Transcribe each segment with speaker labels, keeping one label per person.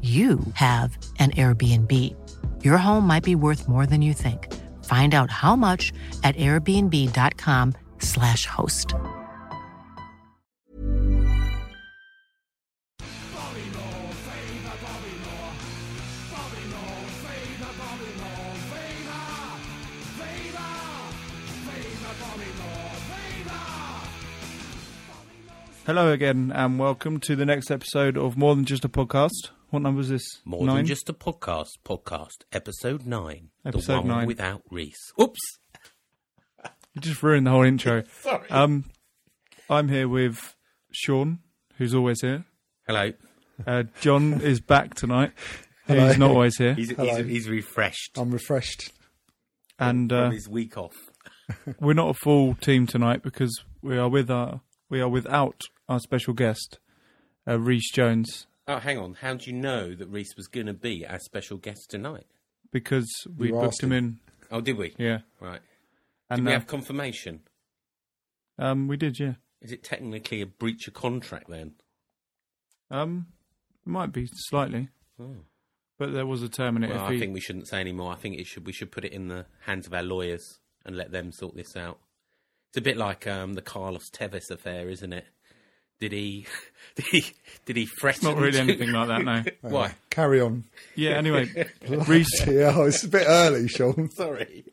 Speaker 1: you have an Airbnb. Your home might be worth more than you think. Find out how much at airbnb.com/slash host.
Speaker 2: Hello again, and welcome to the next episode of More Than Just a Podcast. What number is this?
Speaker 3: More
Speaker 2: Nine?
Speaker 3: than just a podcast, podcast, episode nine.
Speaker 2: Episode
Speaker 3: the one
Speaker 2: nine.
Speaker 3: without Reese. Oops.
Speaker 2: You just ruined the whole intro. Sorry. Um, I'm here with Sean, who's always here.
Speaker 3: Hello.
Speaker 2: Uh, John is back tonight. He's not always here.
Speaker 3: He's,
Speaker 4: Hello.
Speaker 3: He's, he's refreshed
Speaker 4: I'm refreshed.
Speaker 2: Um, and
Speaker 3: from
Speaker 2: uh,
Speaker 3: his week off.
Speaker 2: we're not a full team tonight because we are with our we are without our special guest, uh, Reese Jones,
Speaker 3: Oh, hang on. How do you know that Reese was going to be our special guest tonight?
Speaker 2: because we
Speaker 4: You
Speaker 2: booked
Speaker 4: asked
Speaker 2: him in.
Speaker 4: him.
Speaker 3: Oh, did we?
Speaker 2: Yeah,
Speaker 3: Right. Did
Speaker 2: and
Speaker 3: we
Speaker 2: uh,
Speaker 3: have confirmation?
Speaker 2: um, we did. Yeah,
Speaker 3: Is it technically a breach of contract then?
Speaker 2: um, might be slightly,
Speaker 3: Oh.
Speaker 2: but there was a term in it.
Speaker 3: Well,
Speaker 2: if
Speaker 3: I
Speaker 2: he-
Speaker 3: think we shouldn't say any more. I think it should. We should put it in the hands of our lawyers and let them sort this out. It's a bit like um, the Carlos Tevez affair, isn't it? Did he? Did he? Did he
Speaker 2: it's
Speaker 3: threaten?
Speaker 2: not really
Speaker 3: to-
Speaker 2: anything like that. No.
Speaker 3: Why?
Speaker 4: Carry on.
Speaker 2: Yeah. Anyway, Reese
Speaker 4: Yeah, it's a bit early, Sean.
Speaker 3: Sorry.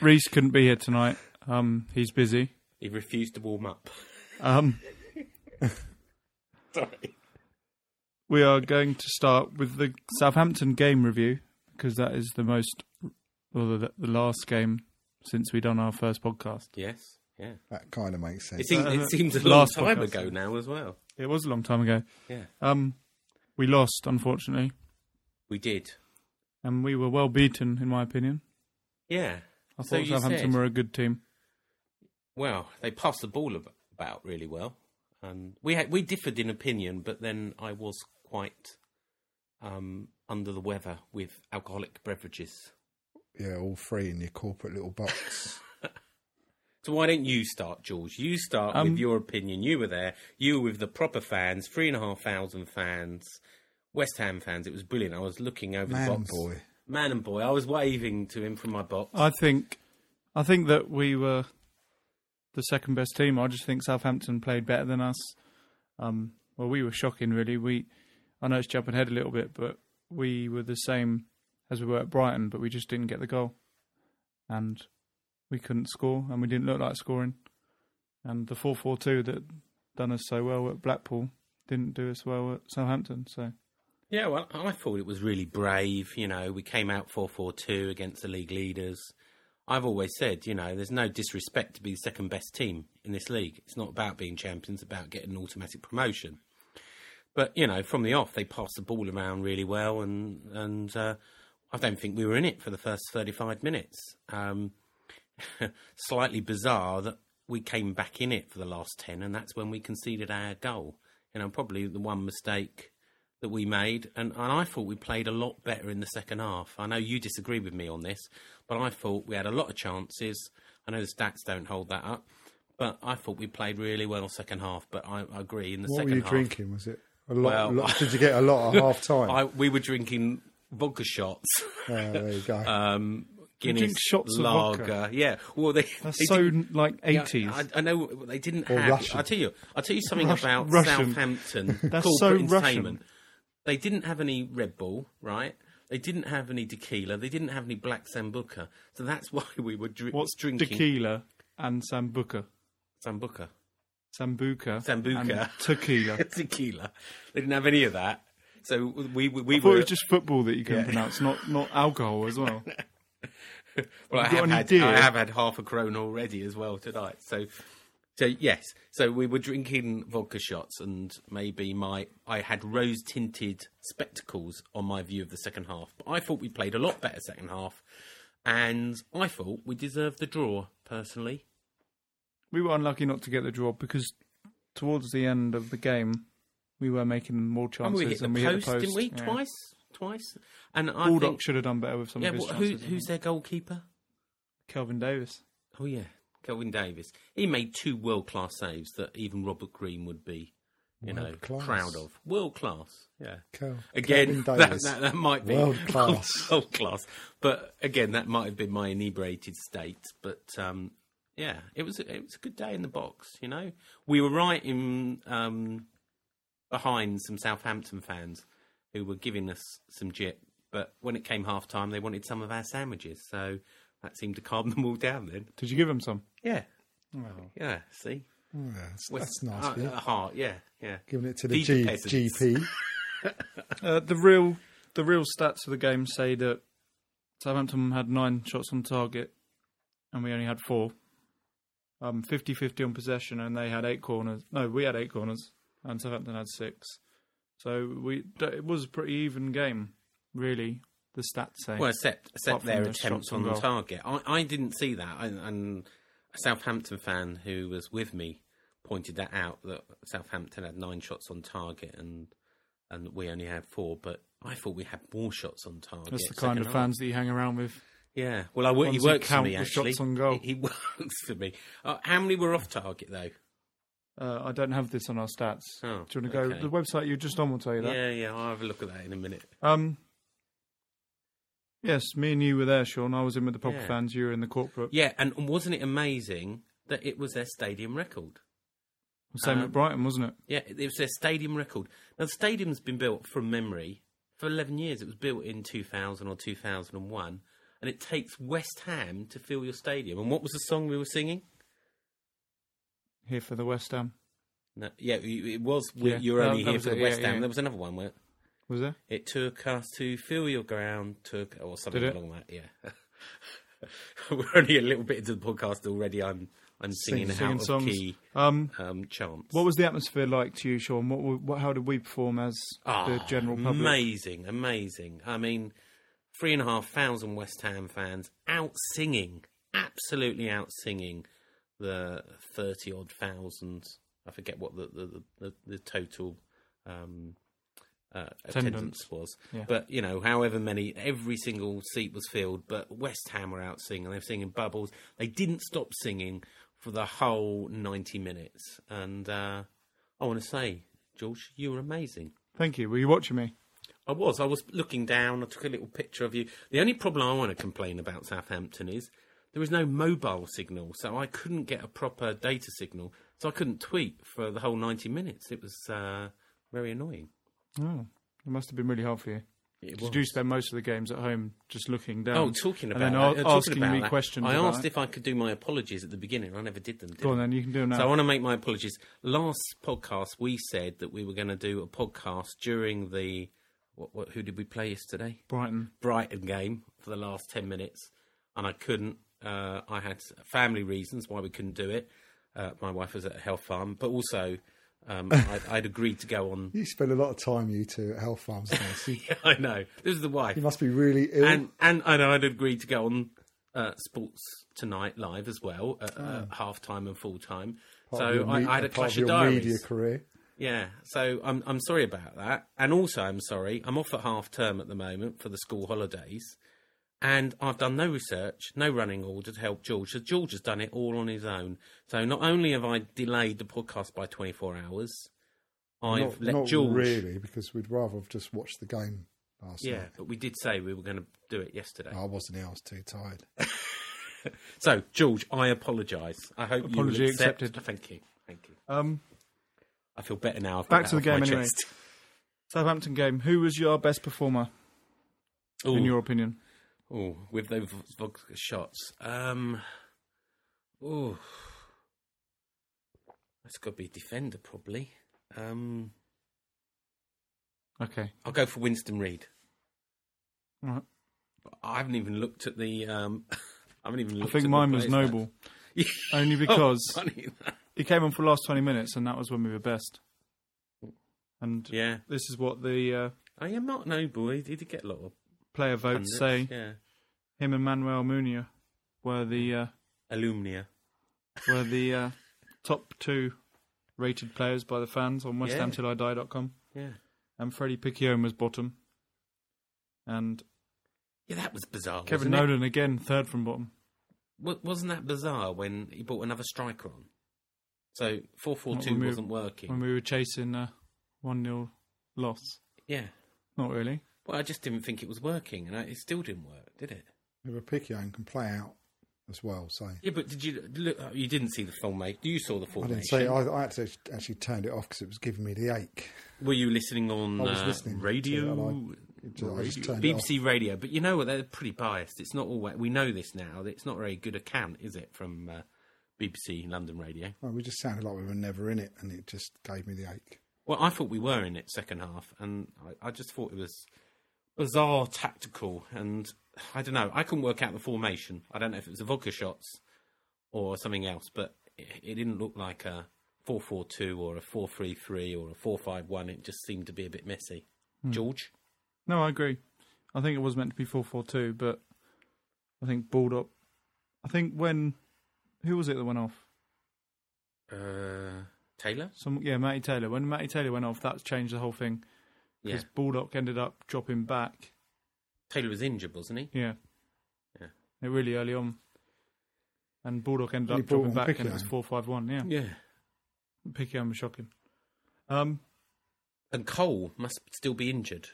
Speaker 2: Reese couldn't be here tonight. Um, he's busy.
Speaker 3: He refused to warm up.
Speaker 2: Um,
Speaker 3: Sorry.
Speaker 2: we are going to start with the Southampton game review because that is the most, or the, the last game since we done our first podcast.
Speaker 3: Yes. Yeah.
Speaker 4: That kind of makes sense.
Speaker 3: It seems,
Speaker 2: Uh,
Speaker 3: it seems a long
Speaker 2: last
Speaker 3: time
Speaker 2: podcast.
Speaker 3: ago now as well.
Speaker 2: It was a long time ago.
Speaker 3: Yeah.
Speaker 2: Um, we lost, unfortunately,
Speaker 3: We did.
Speaker 2: and we were well beaten, in my opinion.
Speaker 3: Yeah.
Speaker 2: I
Speaker 3: So
Speaker 2: thought
Speaker 3: you
Speaker 2: Southampton
Speaker 3: said-
Speaker 2: were a good team.
Speaker 3: Well, they passed the ball ab- about really well, and we had, we differed in opinion, but then I was quite um, under the weather with alcoholic beverages.
Speaker 4: Yeah, all three in your corporate little box.
Speaker 3: So why don't you start, George? You start
Speaker 2: Um,
Speaker 3: with your opinion. You were there. You were with the proper fans, three and a half thousand fans, West Ham fans. It was brilliant. I was looking over
Speaker 4: Man
Speaker 3: the
Speaker 4: and
Speaker 3: box.
Speaker 4: boy.
Speaker 3: Man and boy. I was waving to him from my box.
Speaker 2: I think, I think that we were the second best team. I just think Southampton played better than us. Um, well, we were shocking, really. We, I know it's jumping ahead a little bit, but we were the same as we were at Brighton, but we just didn't get the goal, and we couldn't score, and we didn't look like scoring, and the four four two that done us so well at Blackpool didn't do us well at Southampton. So
Speaker 3: Yeah, well, I thought it was really brave. You know, we came out 4 4 2 against the league leaders. I've always said, you know, there's no disrespect to be the second best team in this league. It's not about being champions, it's about getting an automatic promotion. But, you know, from the off, they passed the ball around really well, and, and uh, I don't think we were in it for the first 35 minutes. Um, slightly bizarre that we came back in it for the last 10, and that's when we conceded our goal. You know, probably the one mistake that we made, and, and I thought we played a lot better in the second half. I know you disagree with me on this, but I thought we had a lot of chances. I know the stats don't hold that up, but I thought we played really well second half. But I, I agree in the
Speaker 4: what
Speaker 3: second
Speaker 4: were you
Speaker 3: half.
Speaker 4: drinking? Was it a lot?
Speaker 3: Well-
Speaker 4: lot- did you get a lot at half time?
Speaker 3: I, we were drinking vodka shots,
Speaker 4: there you go.
Speaker 3: um, Guinness
Speaker 2: shots of
Speaker 3: lager.
Speaker 2: vodka?
Speaker 3: Yeah, well, they,
Speaker 2: that's
Speaker 3: they
Speaker 2: so
Speaker 3: did-
Speaker 2: like eighties.
Speaker 3: Yeah, I, I know they didn't
Speaker 4: Or
Speaker 3: have.
Speaker 4: Russian.
Speaker 3: I tell you, I will tell you something
Speaker 2: Russian-
Speaker 3: about
Speaker 2: Russian.
Speaker 3: Southampton
Speaker 2: That's
Speaker 3: corporate
Speaker 2: so Russian.
Speaker 3: entertainment. They didn't have any Red Bull, right? They didn't have any tequila. They didn't have any black sambuca. So that's why we were dri-
Speaker 2: What's
Speaker 3: drinking
Speaker 2: tequila and sambuca?
Speaker 3: sambuca.
Speaker 2: Sambuca.
Speaker 3: Sambuca.
Speaker 2: and tequila.
Speaker 3: tequila. They didn't have any of that. So we we, we
Speaker 2: I thought
Speaker 3: were
Speaker 2: it was just football that you couldn't pronounce, not not alcohol as well.
Speaker 3: Well, I
Speaker 2: Have you
Speaker 3: have, had,
Speaker 2: got any
Speaker 3: I
Speaker 2: deer?
Speaker 3: have had half a Corona already as well tonight. So, so yes. So we were drinking vodka shots, and maybe my I had rose tinted spectacles on my view of the second half. But I thought we played a lot better second half, and I thought we deserved the draw personally.
Speaker 2: We were unlucky not to get the draw because towards the end of the game, we were making more
Speaker 3: I mean,
Speaker 2: chances
Speaker 3: Oh, we hit the,
Speaker 2: and we
Speaker 3: post,
Speaker 2: hit the post.
Speaker 3: didn't we?
Speaker 2: yeah.
Speaker 3: Twice, twice. And I
Speaker 2: Baldock
Speaker 3: think,
Speaker 2: should have done better with some
Speaker 3: yeah.
Speaker 2: of his
Speaker 3: Well, who,
Speaker 2: chances.
Speaker 3: who's their goalkeeper?
Speaker 2: Kelvin Davis.
Speaker 3: Oh yeah, Kelvin Davis. He made two world class saves that even Robert Green would be, you know,
Speaker 4: World-class.
Speaker 3: proud of. World class. Yeah.
Speaker 4: Kel-
Speaker 3: Again,
Speaker 4: Kelvin
Speaker 3: that,
Speaker 4: Davis.
Speaker 3: that, that might be
Speaker 4: World-class.
Speaker 3: World class. But again, that might have been my inebriated state. But um, yeah, it was it was a good day in the box. You know, we were right in um, behind some Southampton fans who were giving us some jip. But when it came half time, they wanted some of our sandwiches. So that seemed to calm them all down then.
Speaker 2: Did you give him some?
Speaker 3: Yeah. Yeah, see?
Speaker 4: Mm, Yeah, that's,
Speaker 3: With-
Speaker 4: that's nice.
Speaker 3: uh,
Speaker 4: yeah.
Speaker 3: uh, heart, yeah, yeah.
Speaker 4: Giving it to the
Speaker 3: These
Speaker 4: G-
Speaker 3: are peasants.
Speaker 4: GP.
Speaker 2: Uh, the real the real stats of the game say that Southampton had nine shots on target and we only had four. Um, 50-50 on possession and they had eight corners. No, we had eight corners and Southampton had six. So we it was a pretty even game, really. The stats say.
Speaker 3: Well, except,
Speaker 2: Apart
Speaker 3: except
Speaker 2: from
Speaker 3: their
Speaker 2: the
Speaker 3: attempts
Speaker 2: shots on
Speaker 3: on
Speaker 2: goal.
Speaker 3: target. I, I didn't see that. And, and a Southampton fan who was with me pointed that out that Southampton had nine shots on target and and we only had four. But I thought we had more shots on target.
Speaker 2: That's the
Speaker 3: second
Speaker 2: kind of
Speaker 3: half.
Speaker 2: fans that you hang around with.
Speaker 3: Yeah. Well, I, wo- he
Speaker 2: Ones that
Speaker 3: works for
Speaker 2: count
Speaker 3: me,
Speaker 2: the
Speaker 3: actually.
Speaker 2: shots on goal.
Speaker 3: He, he works for me. Uh, how many were off target, though?
Speaker 2: Uh, I don't have this on our stats.
Speaker 3: Oh,
Speaker 2: Do you want to go?
Speaker 3: okay.
Speaker 2: The website you're just on will tell you that.
Speaker 3: Yeah, yeah. I'll have a look at that in a minute.
Speaker 2: Um. Yes, me and you were there, Sean. I was in with the proper
Speaker 3: Yeah.
Speaker 2: fans. You were in the corporate.
Speaker 3: Yeah, and wasn't it amazing that it was their stadium record?
Speaker 2: Same
Speaker 3: Um,
Speaker 2: at Brighton, wasn't it?
Speaker 3: Yeah, it was their stadium record. Now, the stadium's been built from memory for 11 years. It was built in 2000 or 2001, and it takes West Ham to fill your stadium. And what was the song we were singing?
Speaker 2: Here for the West Ham.
Speaker 3: No, yeah, it it was we-
Speaker 2: Yeah,
Speaker 3: You're
Speaker 2: that-
Speaker 3: Only
Speaker 2: that
Speaker 3: Here
Speaker 2: was
Speaker 3: for the
Speaker 2: it, yeah,
Speaker 3: West Ham.
Speaker 2: yeah.
Speaker 3: There was another one, where
Speaker 2: Was there?
Speaker 3: it took us to fill your ground, took, or something
Speaker 2: Did it?
Speaker 3: along that, yeah. We're only a little bit into the podcast already. I'm I'm singing,
Speaker 2: Singing
Speaker 3: out
Speaker 2: songs.
Speaker 3: of key
Speaker 2: Um,
Speaker 3: um, chants.
Speaker 2: what was the atmosphere like to you, Sean? What, were- what how did we perform as the
Speaker 3: Ah,
Speaker 2: general public?
Speaker 3: Amazing, amazing. I mean, three and a half thousand West Ham fans out singing, absolutely out singing the thirty odd thousand. I forget what the the the, the total. Um, uh, attendance.
Speaker 2: Attendance.
Speaker 3: was,
Speaker 2: Yeah.
Speaker 3: but you know, however many, every single seat was filled. But West Ham were out singing; they were singing "Bubbles." They didn't stop singing for the whole ninety minutes. And uh, I want to say, George, you were amazing.
Speaker 2: Thank you. Were you watching me?
Speaker 3: I was. I was looking down. I took a little picture of you. The only problem I want to complain about Southampton is there is no mobile signal, so I couldn't get a proper data signal. So I couldn't tweet for the whole 90 minutes. It was uh, very annoying.
Speaker 2: Oh, it must have been really hard for you.
Speaker 3: It
Speaker 2: Did you spend most of the games at home just looking down?
Speaker 3: Oh, talking about
Speaker 2: and then
Speaker 3: that,
Speaker 2: a-
Speaker 3: uh, talking
Speaker 2: asking
Speaker 3: about
Speaker 2: me
Speaker 3: that,
Speaker 2: questions.
Speaker 3: I
Speaker 2: about
Speaker 3: asked
Speaker 2: it.
Speaker 3: if I could do my apologies at the beginning. I never did them. Did
Speaker 2: Go
Speaker 3: I?
Speaker 2: on, then you can do it now.
Speaker 3: So I want to make my apologies. Last podcast, we said that we were going to do a podcast during the. What, what, who did we play yesterday?
Speaker 2: Brighton.
Speaker 3: Brighton game for the last 10 minutes, and I couldn't. Uh, I had family reasons why we couldn't do it. Uh, my wife was at a health farm, but also um, I'd, I'd agreed to go on.
Speaker 4: You spend a lot of time, you two, at health farms. don't you?
Speaker 3: Yeah, I know. This is the wife.
Speaker 4: you must be really ill.
Speaker 3: And and and I'd agreed to go on uh, Sports Tonight live as well at, at half time and full time.
Speaker 4: Mm. part of
Speaker 3: so
Speaker 4: your
Speaker 3: I,
Speaker 4: me-
Speaker 3: I had a
Speaker 4: part
Speaker 3: clash
Speaker 4: your
Speaker 3: of diaries.
Speaker 4: media career.
Speaker 3: Yeah, so I'm I'm sorry about that, and also I'm sorry I'm off at half term at the moment for the school holidays, and I've done no research, no running order to help George. So George has done it all on his own. So not only have I delayed the podcast by 24 hours, I've
Speaker 4: not,
Speaker 3: let
Speaker 4: not
Speaker 3: George.
Speaker 4: really, because we'd rather have just watched the game last
Speaker 3: Yeah,
Speaker 4: night.
Speaker 3: but we did say we were going to do it yesterday.
Speaker 2: Oh.
Speaker 4: I wasn't. here, I was too tired.
Speaker 3: So George, I apologise. I hope you
Speaker 2: Apology
Speaker 3: will accept.
Speaker 2: accepted.
Speaker 3: Thank you, thank you.
Speaker 2: Um,
Speaker 3: I feel better now. I've got that
Speaker 2: Back to the
Speaker 3: off my
Speaker 2: game anyway.
Speaker 3: chest.
Speaker 2: Southampton game. Who was your best performer in
Speaker 3: Ooh.
Speaker 2: your opinion?
Speaker 3: Oh, with those vodka shots. Um, oh, that's got to be defender probably. Um,
Speaker 2: Okay.
Speaker 3: I'll go for Winston Reed.
Speaker 2: All right.
Speaker 3: I haven't even looked at the. Um, I haven't even.
Speaker 2: I
Speaker 3: Looked
Speaker 2: think
Speaker 3: at
Speaker 2: mine
Speaker 3: the
Speaker 2: was
Speaker 3: players.
Speaker 2: Noble.
Speaker 3: Yeah.
Speaker 2: Only
Speaker 3: Oh,
Speaker 2: because-
Speaker 3: funny that.
Speaker 2: He came on for the last 20 minutes, and that was when we were best. And
Speaker 3: yeah,
Speaker 2: this is what the uh,
Speaker 3: I am not Noble. He did get a lot of
Speaker 2: player votes
Speaker 3: pundits,
Speaker 2: say.
Speaker 3: Yeah,
Speaker 2: Him and Manuel Munia were the uh,
Speaker 3: Alumnia.
Speaker 2: were the uh, top two rated players by the fans on
Speaker 3: Yeah.
Speaker 2: westhamtillidie.com.
Speaker 3: Yeah,
Speaker 2: And Freddie Piccione was bottom. And
Speaker 3: yeah, that was bizarre.
Speaker 2: Kevin
Speaker 3: Oh, wasn't it?
Speaker 2: Nolan again, third from bottom.
Speaker 3: Wa- Wasn't that bizarre when he brought another striker on? So four four
Speaker 2: Not
Speaker 3: two
Speaker 2: when we-
Speaker 3: wasn't working.
Speaker 2: When we were chasing a 1 0 loss.
Speaker 3: Yeah.
Speaker 2: Not really.
Speaker 3: Well, I just didn't think it was working, and I, it still didn't work, did it?
Speaker 4: Yeah, but Picquion can play out as well, so
Speaker 3: Yeah, but did you look? You didn't see the filmmaker. You saw the
Speaker 4: I
Speaker 3: formation.
Speaker 4: didn't say I, I actually actually turned it off because it was giving me the ache.
Speaker 3: Were you listening on
Speaker 4: I was
Speaker 3: uh,
Speaker 4: listening to it and
Speaker 3: radio?
Speaker 4: I- it just- I just
Speaker 3: Radio-
Speaker 4: turned it off.
Speaker 3: BBC Radio, but you know what? They're pretty biased. It's not always. We know this now. It's not a very good account, is it, from uh, BBC London Radio?
Speaker 4: Oh, we just sounded like we were never in it, and it just gave me the ache.
Speaker 3: Well, I thought we were in it second half, and I, I just thought it was bizarre tactical, and I don't know. I couldn't work out the formation. I don't know if it was the vodka shots or something else, but it, it didn't look like a four-four-two or a four-three-three or a four-five-one. It just seemed to be a bit messy. George,
Speaker 2: No, I agree. I think it was meant to be four four two, but I think balled up. I think when who was it that went off?
Speaker 3: uh, Taylor,
Speaker 2: Some yeah, Matty Taylor. When Matty Taylor went off, that changed the whole thing
Speaker 3: yeah,
Speaker 2: because Baldock ended up dropping back.
Speaker 3: Taylor was injured, wasn't he?
Speaker 2: Yeah,
Speaker 3: Yeah.
Speaker 2: It really early on, and Baldock ended
Speaker 4: And he
Speaker 2: up dropping
Speaker 4: brought on
Speaker 2: back, and it was
Speaker 4: Picquion.
Speaker 2: four five one. Yeah,
Speaker 3: Yeah,
Speaker 2: Pickion was shocking. Um,
Speaker 3: and Cole must still be injured,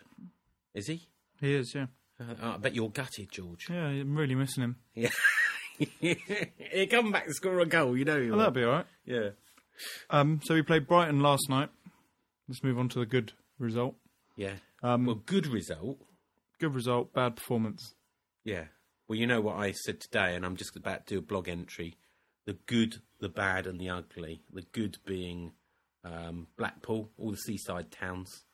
Speaker 3: is he?
Speaker 2: he is. Yeah,
Speaker 3: Uh, I bet you're gutted, George.
Speaker 2: yeah. I'm really missing him.
Speaker 3: Yeah. He'll come back and score a goal, you know. he
Speaker 2: Well,
Speaker 3: will.
Speaker 2: that'll Oh, be all right.
Speaker 3: Yeah.
Speaker 2: Um, so we played Brighton last night. Let's move on to the good result.
Speaker 3: Yeah.
Speaker 2: Um,
Speaker 3: well, good result.
Speaker 2: good result, bad performance.
Speaker 3: Yeah. Well, you know what I said today, and I'm just about to do a blog entry. The good, the bad, and the ugly. The good being um, Blackpool, all the seaside towns.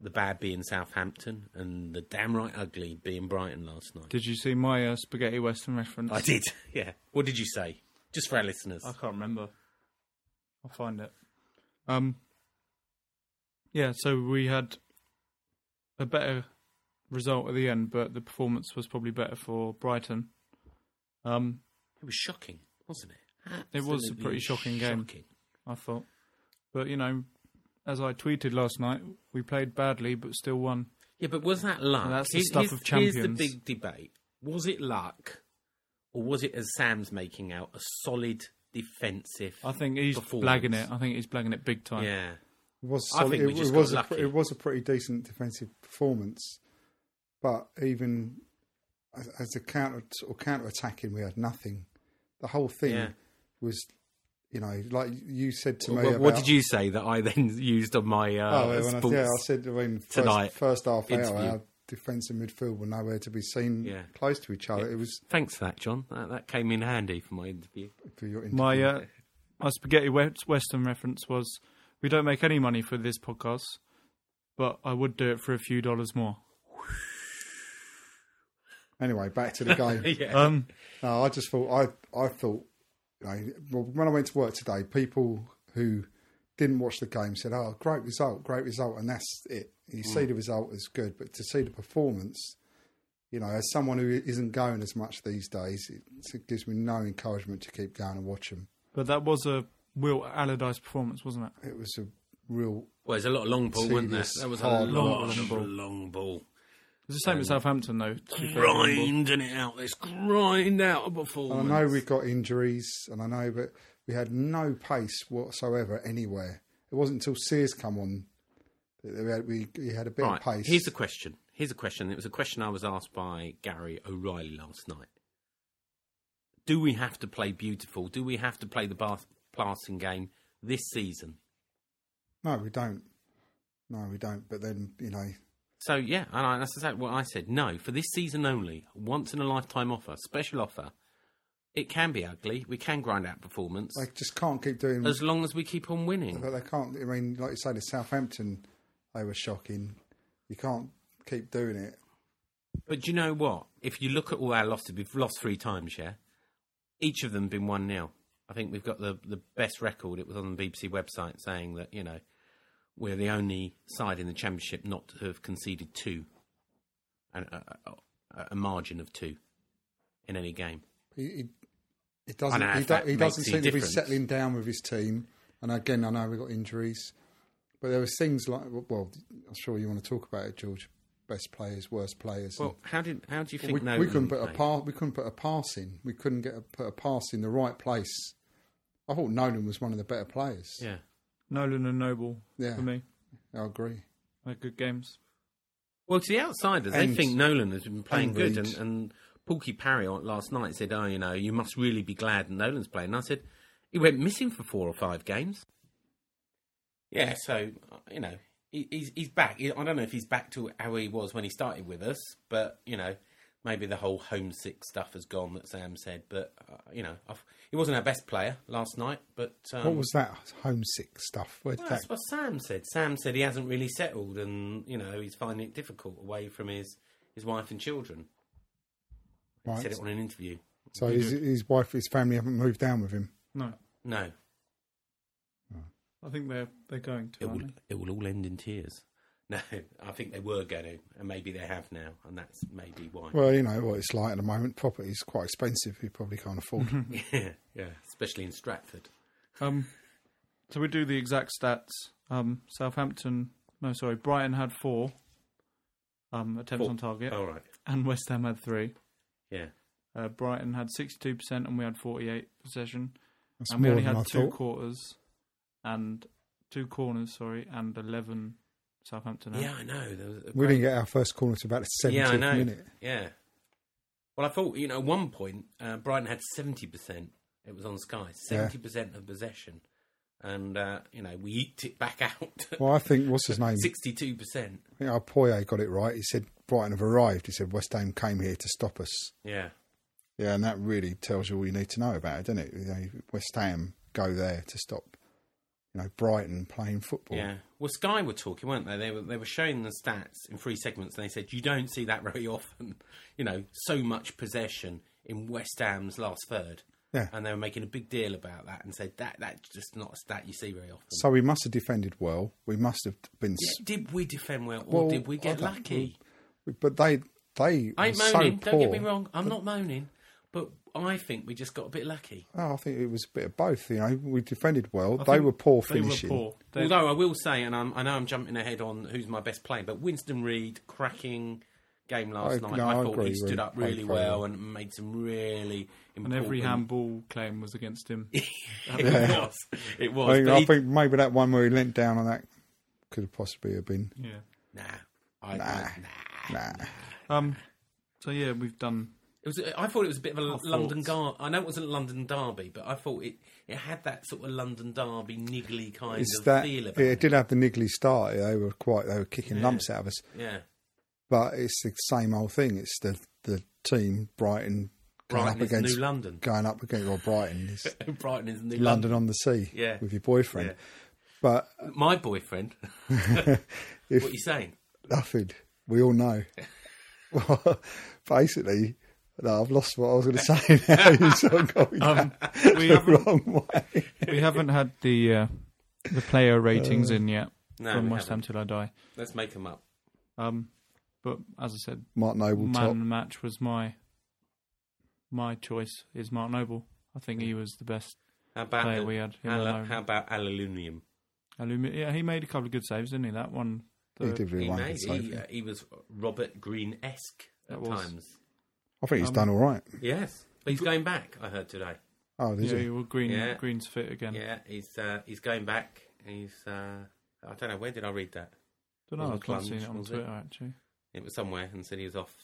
Speaker 3: The bad being Southampton, and the damn right ugly being Brighton last night.
Speaker 2: Did you see my uh, spaghetti western reference?
Speaker 3: I did. Yeah. What did you say? Just for our listeners.
Speaker 2: I can't remember. I'll find it. Um. Yeah, so we had a better result at the end, but the performance was probably better for Brighton. Um,
Speaker 3: It was shocking, wasn't it?
Speaker 2: It was a
Speaker 3: Absolutely
Speaker 2: pretty shocking game.
Speaker 3: shocking.
Speaker 2: I thought, but you know, as I tweeted last night, we played badly but still won.
Speaker 3: Yeah, but was that luck?
Speaker 2: And that's the
Speaker 3: Here-
Speaker 2: stuff
Speaker 3: here's,
Speaker 2: of
Speaker 3: Here's the
Speaker 2: champions.
Speaker 3: big debate: was it luck, or was it, as Sam's making out, a solid defensive?
Speaker 2: I think he's
Speaker 3: performance?
Speaker 2: blagging it. I think he's blagging it big time.
Speaker 3: Yeah,
Speaker 4: It was
Speaker 3: I
Speaker 4: solid.
Speaker 3: think we
Speaker 4: It,
Speaker 3: just
Speaker 4: it was
Speaker 3: got
Speaker 4: a, pre-
Speaker 3: lucky.
Speaker 4: it was a pretty decent defensive performance, but even as, as a counter or counter attacking, we had nothing. The whole thing
Speaker 3: Yeah.
Speaker 4: was, you know, like you said to me.
Speaker 3: Well,
Speaker 4: about,
Speaker 3: what did you say that I then used on my uh,
Speaker 4: Oh, yeah, when I,
Speaker 3: sports?
Speaker 4: yeah, I said when
Speaker 3: tonight
Speaker 4: first, first half hour,
Speaker 3: interview.
Speaker 4: our defence and midfield were nowhere to be seen
Speaker 3: Yeah.
Speaker 4: close to each other. It was
Speaker 3: Thanks for that, John. That, that came in handy for my interview.
Speaker 4: for your interview.
Speaker 2: My uh, my spaghetti west- western reference was we don't make any money for this podcast, but I would do it for a few dollars more.
Speaker 4: anyway, back to the game.
Speaker 3: yeah,
Speaker 2: Um,
Speaker 4: No, I just thought I I thought you know, well, when I went to work today, people who didn't watch the game said, "Oh, great result, great result," and that's it. You
Speaker 3: Mm.
Speaker 4: see the result is good, but to see the performance, you know, as someone who isn't going as much these days, it, it gives me no encouragement to keep going and watch them.
Speaker 2: but that was a Will Allardyce performance, wasn't it?
Speaker 4: It was a real
Speaker 3: well, there's a lot of long ball, wasn't there?
Speaker 4: Tedious,
Speaker 3: That was a
Speaker 4: hard
Speaker 3: lot
Speaker 2: long
Speaker 3: of
Speaker 2: ball.
Speaker 3: long ball.
Speaker 2: It's the same
Speaker 3: Um,
Speaker 2: at Southampton, though. to be fair, Rumble.
Speaker 3: Grinding it out. Let's grind out a performance.
Speaker 4: And I know we got injuries, and I know that we had no pace whatsoever anywhere. It wasn't until Sears come on that we had, we, we had a bit
Speaker 3: right.
Speaker 4: of pace.
Speaker 3: Here's a question. Here's a question. It was a question I was asked by Gary O'Reilly last night. Do we have to play beautiful? Do we have to play the bas- passing game this season?
Speaker 4: no, we don't. No, we don't. But then you know,
Speaker 3: So yeah, and I, that's exactly what I said. No, for this season only, once in a lifetime offer, special offer. It can be ugly. We can grind out performance
Speaker 4: they just can't keep doing.
Speaker 3: as long as we keep on winning.
Speaker 4: but they can't. I mean, like you say, the Southampton, they were shocking. You can't keep doing it.
Speaker 3: But do you know what? If you look at all our losses, we've lost three times. Yeah, each of them been one 0 I think we've got the the best record. It was on the BBC website saying that you know we're the only side in the championship not to have conceded two, and a, a, a margin of two in any game.
Speaker 4: He, he, he doesn't.
Speaker 3: know
Speaker 4: He,
Speaker 3: if
Speaker 4: do,
Speaker 3: that
Speaker 4: he
Speaker 3: makes
Speaker 4: doesn't
Speaker 3: any
Speaker 4: seem to be
Speaker 3: difference.
Speaker 4: settling down with his team. And again, I know we got injuries, but there was things like well, I'm sure you want to talk about it, George. Best players, worst players.
Speaker 3: Well, how did how do you
Speaker 4: And
Speaker 3: think?
Speaker 4: we, we
Speaker 3: Nolan
Speaker 4: couldn't put a
Speaker 3: played?
Speaker 4: pass. We couldn't put a pass in. We couldn't get a, put a pass in the right place. I thought Nolan was one of the better players.
Speaker 3: Yeah.
Speaker 2: Nolan and Noble
Speaker 4: Yeah.
Speaker 2: for me.
Speaker 4: I agree.
Speaker 2: They're good games.
Speaker 3: Well, to the outsiders, they
Speaker 4: And-
Speaker 3: think Nolan has been playing
Speaker 4: and
Speaker 3: good,
Speaker 4: Reed.
Speaker 3: and, and Porky Parry on- last night said, "Oh, you know, you must really be glad Nolan's playing." And I said, "He went missing for four or five games." Yeah, so uh, you know, he, he's he's back. He, I don't know if he's back to how he was when he started with us, but you know, maybe the whole homesick stuff has gone that Sam said. But uh, you know, i he wasn't our best player last night, but um,
Speaker 4: what was that homesick stuff? Where'd
Speaker 3: well,
Speaker 4: that?
Speaker 3: that's what Sam said. Sam said he hasn't really settled, and you know he's finding it difficult away from his his wife and children. He said
Speaker 4: Right.
Speaker 3: it on an interview.
Speaker 4: So his, his wife, his family haven't moved down with him.
Speaker 2: No,
Speaker 3: No,
Speaker 2: I think they're they're going to.
Speaker 3: it will
Speaker 2: aren't they?
Speaker 3: it will all end in tears. No, I think they were going to, and maybe they have now, and that's maybe why.
Speaker 4: Well, you know what it's like at the moment. Property's quite expensive. You probably can't afford. it.
Speaker 3: yeah, yeah, especially in Stratford.
Speaker 2: Um, so we do the exact stats. Um, Southampton, no, sorry, Brighton had four um, attempts
Speaker 3: Four. Oh.
Speaker 2: on target,
Speaker 3: All right.
Speaker 2: and West Ham had three.
Speaker 3: Yeah.
Speaker 2: Uh, Brighton had 62% and we had 48 possession.
Speaker 4: That's
Speaker 2: and we
Speaker 4: more
Speaker 2: only
Speaker 4: than
Speaker 2: had
Speaker 4: I
Speaker 2: two
Speaker 4: thought.
Speaker 2: quarters and two corners, sorry, and 11 Southampton. had.
Speaker 3: Yeah, I know. There was a
Speaker 4: we
Speaker 3: great-
Speaker 4: didn't get our first corner to about the
Speaker 3: yeah,
Speaker 4: seventieth
Speaker 3: I know.
Speaker 4: minute.
Speaker 3: Yeah. Well, I thought you know at one point uh, Brighton had seventy percent. It was on Sky, seventy percent of possession, and uh, you know we eked it back out,
Speaker 4: Well, I think what's his name?
Speaker 3: sixty-two percent.
Speaker 4: I think our Poyet got it right. He said Brighton have arrived. He said West Ham came here to stop us.
Speaker 3: Yeah,
Speaker 4: Yeah, and that really tells you all you need to know about it, doesn't it? You know, West Ham go there to stop, you know, Brighton playing football.
Speaker 3: yeah. Well, Sky were talking, weren't they? They were they were showing the stats in three segments, and they said you don't see that very often. You know, so much possession in West Ham's last third,
Speaker 4: Yeah.
Speaker 3: and they were making a big deal about that, and said that that's just not a stat you see very often.
Speaker 4: So we must have defended well. We must have been,
Speaker 3: Yeah,
Speaker 4: s
Speaker 3: did we defend well, or
Speaker 4: Well,
Speaker 3: did we get
Speaker 4: I don't-
Speaker 3: lucky?
Speaker 4: but they they
Speaker 3: I
Speaker 4: were
Speaker 3: ain't
Speaker 4: so
Speaker 3: moaning.
Speaker 4: poor.
Speaker 3: Don't get me wrong. I'm not moaning, but I think we just got a bit lucky.
Speaker 4: Oh, I think it was a bit of both. You know, we defended well.
Speaker 2: I
Speaker 4: they
Speaker 2: think
Speaker 4: were poor
Speaker 2: they were
Speaker 4: finishing.
Speaker 2: poor. They-
Speaker 3: Although I will say, and I'm, I know I'm jumping ahead on who's my best player, but Winston Reed cracking game last
Speaker 4: I-
Speaker 3: night.
Speaker 4: no,
Speaker 3: I
Speaker 4: I
Speaker 3: thought
Speaker 4: agree
Speaker 3: he
Speaker 4: with
Speaker 3: stood
Speaker 4: him.
Speaker 3: up
Speaker 4: I
Speaker 3: really
Speaker 4: agree
Speaker 3: well
Speaker 4: with
Speaker 3: and made some really
Speaker 2: and
Speaker 3: important.
Speaker 2: every handball claim was against him.
Speaker 3: it was. It was.
Speaker 4: I, think,
Speaker 3: but
Speaker 4: I
Speaker 3: he-
Speaker 4: think maybe that one where he leant down on that could have possibly have been.
Speaker 2: yeah.
Speaker 3: nah, I, nah.
Speaker 4: Nah. Nah,
Speaker 2: Um, so yeah, we've done.
Speaker 3: It was. I thought it was a bit of a
Speaker 2: Our
Speaker 3: London
Speaker 2: thoughts.
Speaker 3: Derby. I know it wasn't a London Derby, but I thought it, it had that sort of London Derby niggly kind
Speaker 4: it's
Speaker 3: of
Speaker 4: that
Speaker 3: feel
Speaker 4: it,
Speaker 3: about it.
Speaker 4: did have the niggly start. They were quite they were kicking lumps out of us.
Speaker 3: Yeah.
Speaker 4: But it's the same old thing. It's the the team Brighton going
Speaker 3: Brighton
Speaker 4: up
Speaker 3: is the
Speaker 4: against
Speaker 3: new London.
Speaker 4: going up against or Brighton is
Speaker 3: Brighton is the new
Speaker 4: London on the sea
Speaker 3: Yeah.
Speaker 4: with your boyfriend. But uh,
Speaker 3: My boyfriend.
Speaker 4: if
Speaker 3: What are you saying?
Speaker 4: nothing, we all know. Basically, no, I've lost what I was going to say. Now It's all going
Speaker 2: Um, we
Speaker 4: the
Speaker 2: haven't
Speaker 4: wrong way.
Speaker 2: we haven't had the uh, the player ratings in yet
Speaker 3: No,
Speaker 2: from
Speaker 3: we
Speaker 2: West Ham
Speaker 3: haven't.
Speaker 2: till I die.
Speaker 3: Let's make them up.
Speaker 2: Um, but as I said,
Speaker 4: Mark Noble
Speaker 2: man
Speaker 4: top.
Speaker 2: of the match was my my choice is Mark Noble. I think he was the best.
Speaker 3: How about
Speaker 2: Player we had him
Speaker 3: Al-
Speaker 2: alone.
Speaker 3: how about aluminium?
Speaker 2: Alumi- yeah, he made a couple of good saves, didn't he? That one.
Speaker 4: He
Speaker 2: the-
Speaker 4: did really
Speaker 3: He,
Speaker 4: well.
Speaker 3: made,
Speaker 4: so
Speaker 3: he, uh, he was Robert Green esque
Speaker 2: That
Speaker 3: at
Speaker 2: was.
Speaker 3: times.
Speaker 4: I think he's
Speaker 2: um,
Speaker 4: done all right.
Speaker 3: Yes, but he's going back. I heard today.
Speaker 4: Oh, did
Speaker 2: yeah,
Speaker 4: he?
Speaker 2: well, green
Speaker 3: Yeah.
Speaker 2: green's fit again.
Speaker 3: Yeah, he's uh, he's going back. He's uh, I don't know where did I read that?
Speaker 2: Don't know.
Speaker 3: Wasn't
Speaker 2: I've not seen
Speaker 3: plunged,
Speaker 2: it on
Speaker 3: was it?
Speaker 2: Twitter actually.
Speaker 3: It was somewhere and said he was off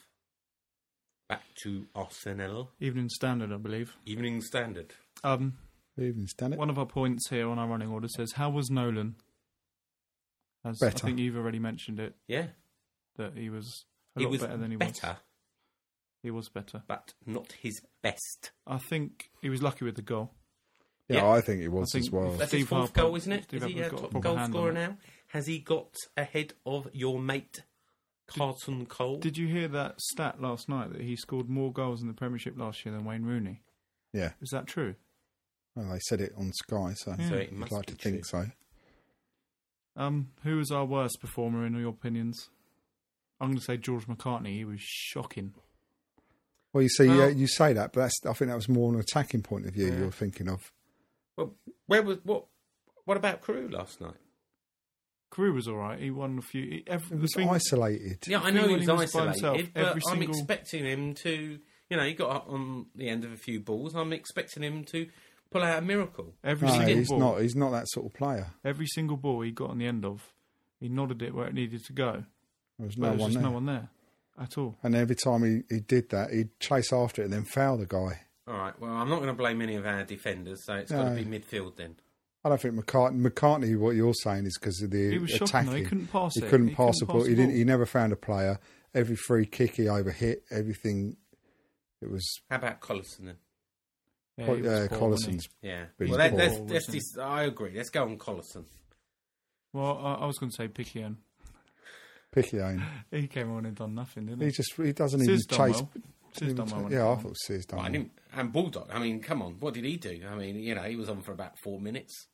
Speaker 3: back to Arsenal.
Speaker 2: Evening Standard, I believe.
Speaker 3: Evening Standard.
Speaker 2: Um,
Speaker 4: Evening's done it.
Speaker 2: one of our points here on our running order says, "How was Nolan?" As I
Speaker 4: Better.
Speaker 2: think you've already mentioned it
Speaker 3: Yeah,
Speaker 2: that he was a
Speaker 3: he
Speaker 2: lot
Speaker 3: was
Speaker 2: better than he was.
Speaker 3: better,
Speaker 2: He was better.
Speaker 3: but not his best.
Speaker 2: I think he was lucky with the goal.
Speaker 4: Yeah,
Speaker 3: Yeah.
Speaker 4: I think it was
Speaker 2: I think
Speaker 4: as well.
Speaker 3: That's
Speaker 2: Steve
Speaker 3: his fourth
Speaker 2: Harper-
Speaker 3: goal, isn't it?
Speaker 2: Steve
Speaker 3: Is he a
Speaker 2: Harper's got a
Speaker 3: top
Speaker 2: proper
Speaker 3: goal
Speaker 2: hand on
Speaker 3: scorer
Speaker 2: it.
Speaker 3: now? Has he got ahead of your mate Carson Cole?
Speaker 2: Did you hear that stat last night that he scored more goals in the Premiership last year than Wayne Rooney?
Speaker 4: Yeah,
Speaker 2: Is that true?
Speaker 4: well, they said it on Sky, so,
Speaker 3: So it
Speaker 4: I'd
Speaker 3: must
Speaker 4: like
Speaker 3: be
Speaker 4: to think so.
Speaker 2: Um, who was our worst performer in your opinions? I'm going to say George McCartney. He was shocking.
Speaker 4: Well, you see,
Speaker 3: Well-
Speaker 4: yeah, you say that, but that's, I think that was more an attacking point of view
Speaker 3: Yeah.
Speaker 4: you're thinking of.
Speaker 3: Well, where was what? What about Crew last night?
Speaker 2: Crew was all right. He won a few. he- Every,
Speaker 4: It
Speaker 2: the
Speaker 4: was
Speaker 2: thing,
Speaker 4: isolated.
Speaker 3: Yeah, I
Speaker 2: thing
Speaker 3: know he
Speaker 2: when
Speaker 3: was,
Speaker 2: he was by
Speaker 3: isolated,
Speaker 2: himself,
Speaker 3: but
Speaker 2: every
Speaker 3: I'm
Speaker 2: single-
Speaker 3: expecting him to. You know, he got up on the end of a few balls. I'm expecting him to pull out a miracle.
Speaker 2: every
Speaker 4: No,
Speaker 2: single
Speaker 4: he's
Speaker 2: ball,
Speaker 4: not. He's not that sort of player.
Speaker 2: every single ball he got on the end of, he nodded it where it needed to go.
Speaker 4: There was
Speaker 2: But
Speaker 4: no
Speaker 2: there was
Speaker 4: one
Speaker 2: just
Speaker 4: there.
Speaker 2: no one there at all.
Speaker 4: And every time he, he did that, he'd chase after it and then foul the guy.
Speaker 3: All right. Well, I'm not going to blame any of our defenders, so it's got
Speaker 4: No.
Speaker 3: to be midfield then.
Speaker 4: I don't think McCartney. McCartney, what you're saying is because of the
Speaker 2: He was shocking,
Speaker 4: attacking.
Speaker 2: though. He couldn't pass
Speaker 4: He
Speaker 2: it.
Speaker 4: couldn't
Speaker 2: He
Speaker 4: pass
Speaker 2: couldn't
Speaker 4: a ball.
Speaker 2: pass
Speaker 4: He
Speaker 2: the
Speaker 4: didn't.
Speaker 2: ball.
Speaker 4: He never found a player. Every free kick he overhit. Everything. It was.
Speaker 3: How about Collison then?
Speaker 2: Yeah,
Speaker 4: quite-
Speaker 2: he was
Speaker 4: uh,
Speaker 2: poor, wasn't he?
Speaker 4: Collison's
Speaker 3: Yeah. well,
Speaker 4: But he's
Speaker 3: that, that's,
Speaker 2: poor,
Speaker 3: that's
Speaker 2: wasn't he?
Speaker 3: dis- I agree. Let's go on Collison.
Speaker 2: Well, I, I was going to say Pickion.
Speaker 4: Picayune.
Speaker 2: He came on and done nothing, didn't he?
Speaker 4: He just. He doesn't
Speaker 2: Sears
Speaker 4: even
Speaker 2: done
Speaker 4: chase.
Speaker 2: well. Sears done well when
Speaker 4: yeah, I
Speaker 2: he came on.
Speaker 4: thought Sears done.
Speaker 3: Well, I
Speaker 4: well.
Speaker 3: didn't, and Bulldog. I mean, come on. What did he do? I mean, you know, he was on for about four minutes.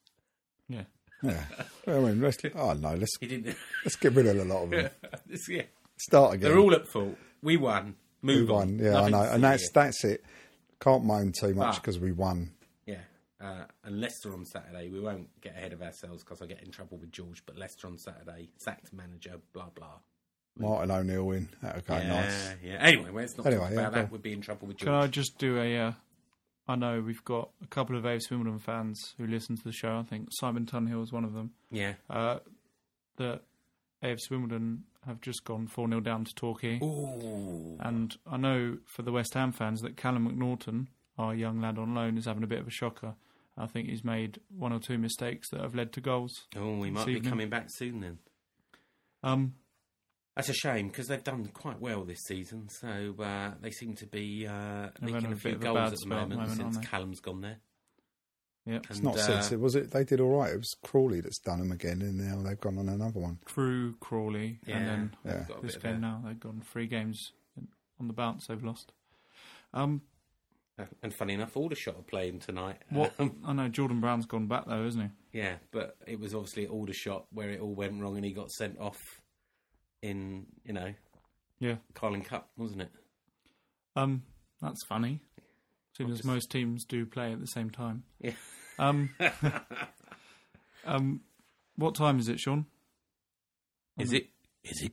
Speaker 2: Yeah.
Speaker 4: Yeah. Well, I mean, let's, oh no, let's
Speaker 3: He didn't.
Speaker 4: let's get rid of a lot of them.
Speaker 3: This- yeah.
Speaker 4: Start again.
Speaker 3: They're all at fault. We won.
Speaker 4: we
Speaker 3: Move
Speaker 4: won.
Speaker 3: on.
Speaker 4: Yeah,
Speaker 3: Nothing
Speaker 4: I
Speaker 3: to
Speaker 4: know, and
Speaker 3: see
Speaker 4: that's
Speaker 3: here.
Speaker 4: that's it. Can't moan too much
Speaker 3: Ah.
Speaker 4: because we won.
Speaker 3: Yeah. Uh, and Leicester on Saturday. We won't get ahead of ourselves because I get in trouble with George. But Leicester on Saturday, sacked manager, blah blah.
Speaker 4: Martin O'Neill win. That'll go
Speaker 3: yeah,
Speaker 4: nice.
Speaker 3: yeah. Anyway, let's not
Speaker 4: Anyway,
Speaker 3: talk
Speaker 4: yeah,
Speaker 3: about
Speaker 4: go
Speaker 3: that.
Speaker 4: on.
Speaker 3: We'd be in trouble with George.
Speaker 2: Can I just do a? Uh, I know we've got a couple of Ace Wimbledon fans who listen to the show. I think Simon Tunhill is one of them.
Speaker 3: Yeah.
Speaker 2: Uh, that AFC Wimbledon have just gone 4 0 down to Torquay.
Speaker 3: Ooh.
Speaker 2: And I know for the West Ham fans that Callum McNaughton, our young lad on loan, is having a bit of a shocker. I think he's made one or two mistakes that have led to goals.
Speaker 3: Oh, we
Speaker 2: this
Speaker 3: might be
Speaker 2: evening.
Speaker 3: coming back soon then.
Speaker 2: Um,
Speaker 3: That's a shame because they've done quite well this season. So uh, they seem to be uh,
Speaker 2: They've
Speaker 3: leaking
Speaker 2: had
Speaker 3: a,
Speaker 2: a
Speaker 3: few
Speaker 2: bit of a
Speaker 3: goals
Speaker 2: bad
Speaker 3: at the
Speaker 2: spell at
Speaker 3: moment,
Speaker 2: the moment,
Speaker 3: since
Speaker 2: aren't they?
Speaker 3: Callum's gone there.
Speaker 2: yeah,
Speaker 4: It's
Speaker 3: And,
Speaker 4: not
Speaker 3: uh,
Speaker 4: since it was it. They did all right. It was Crawley that's done them again, and now they've gone on another one.
Speaker 2: Crew, Crawley,
Speaker 3: Yeah,
Speaker 2: and then
Speaker 3: they've
Speaker 4: Yeah.
Speaker 3: got a bit
Speaker 2: this
Speaker 3: of a-
Speaker 2: game now. They've gone three games on the bounce, they've lost. Um,
Speaker 3: And funny enough, Aldershot are playing tonight.
Speaker 2: what
Speaker 3: Um,
Speaker 2: I know Jordan Brown's gone back though, isn't he?
Speaker 3: yeah, but it was obviously Aldershot where it all went wrong and he got sent off in, you know,
Speaker 2: Yeah.
Speaker 3: Carling Cup, wasn't it?
Speaker 2: Um, that's funny. Seeing
Speaker 3: I'm
Speaker 2: as
Speaker 3: just-
Speaker 2: most teams do play at the same time.
Speaker 3: Yeah.
Speaker 2: Um, um, what time is it, Sean? Um,
Speaker 3: Is it? Is it?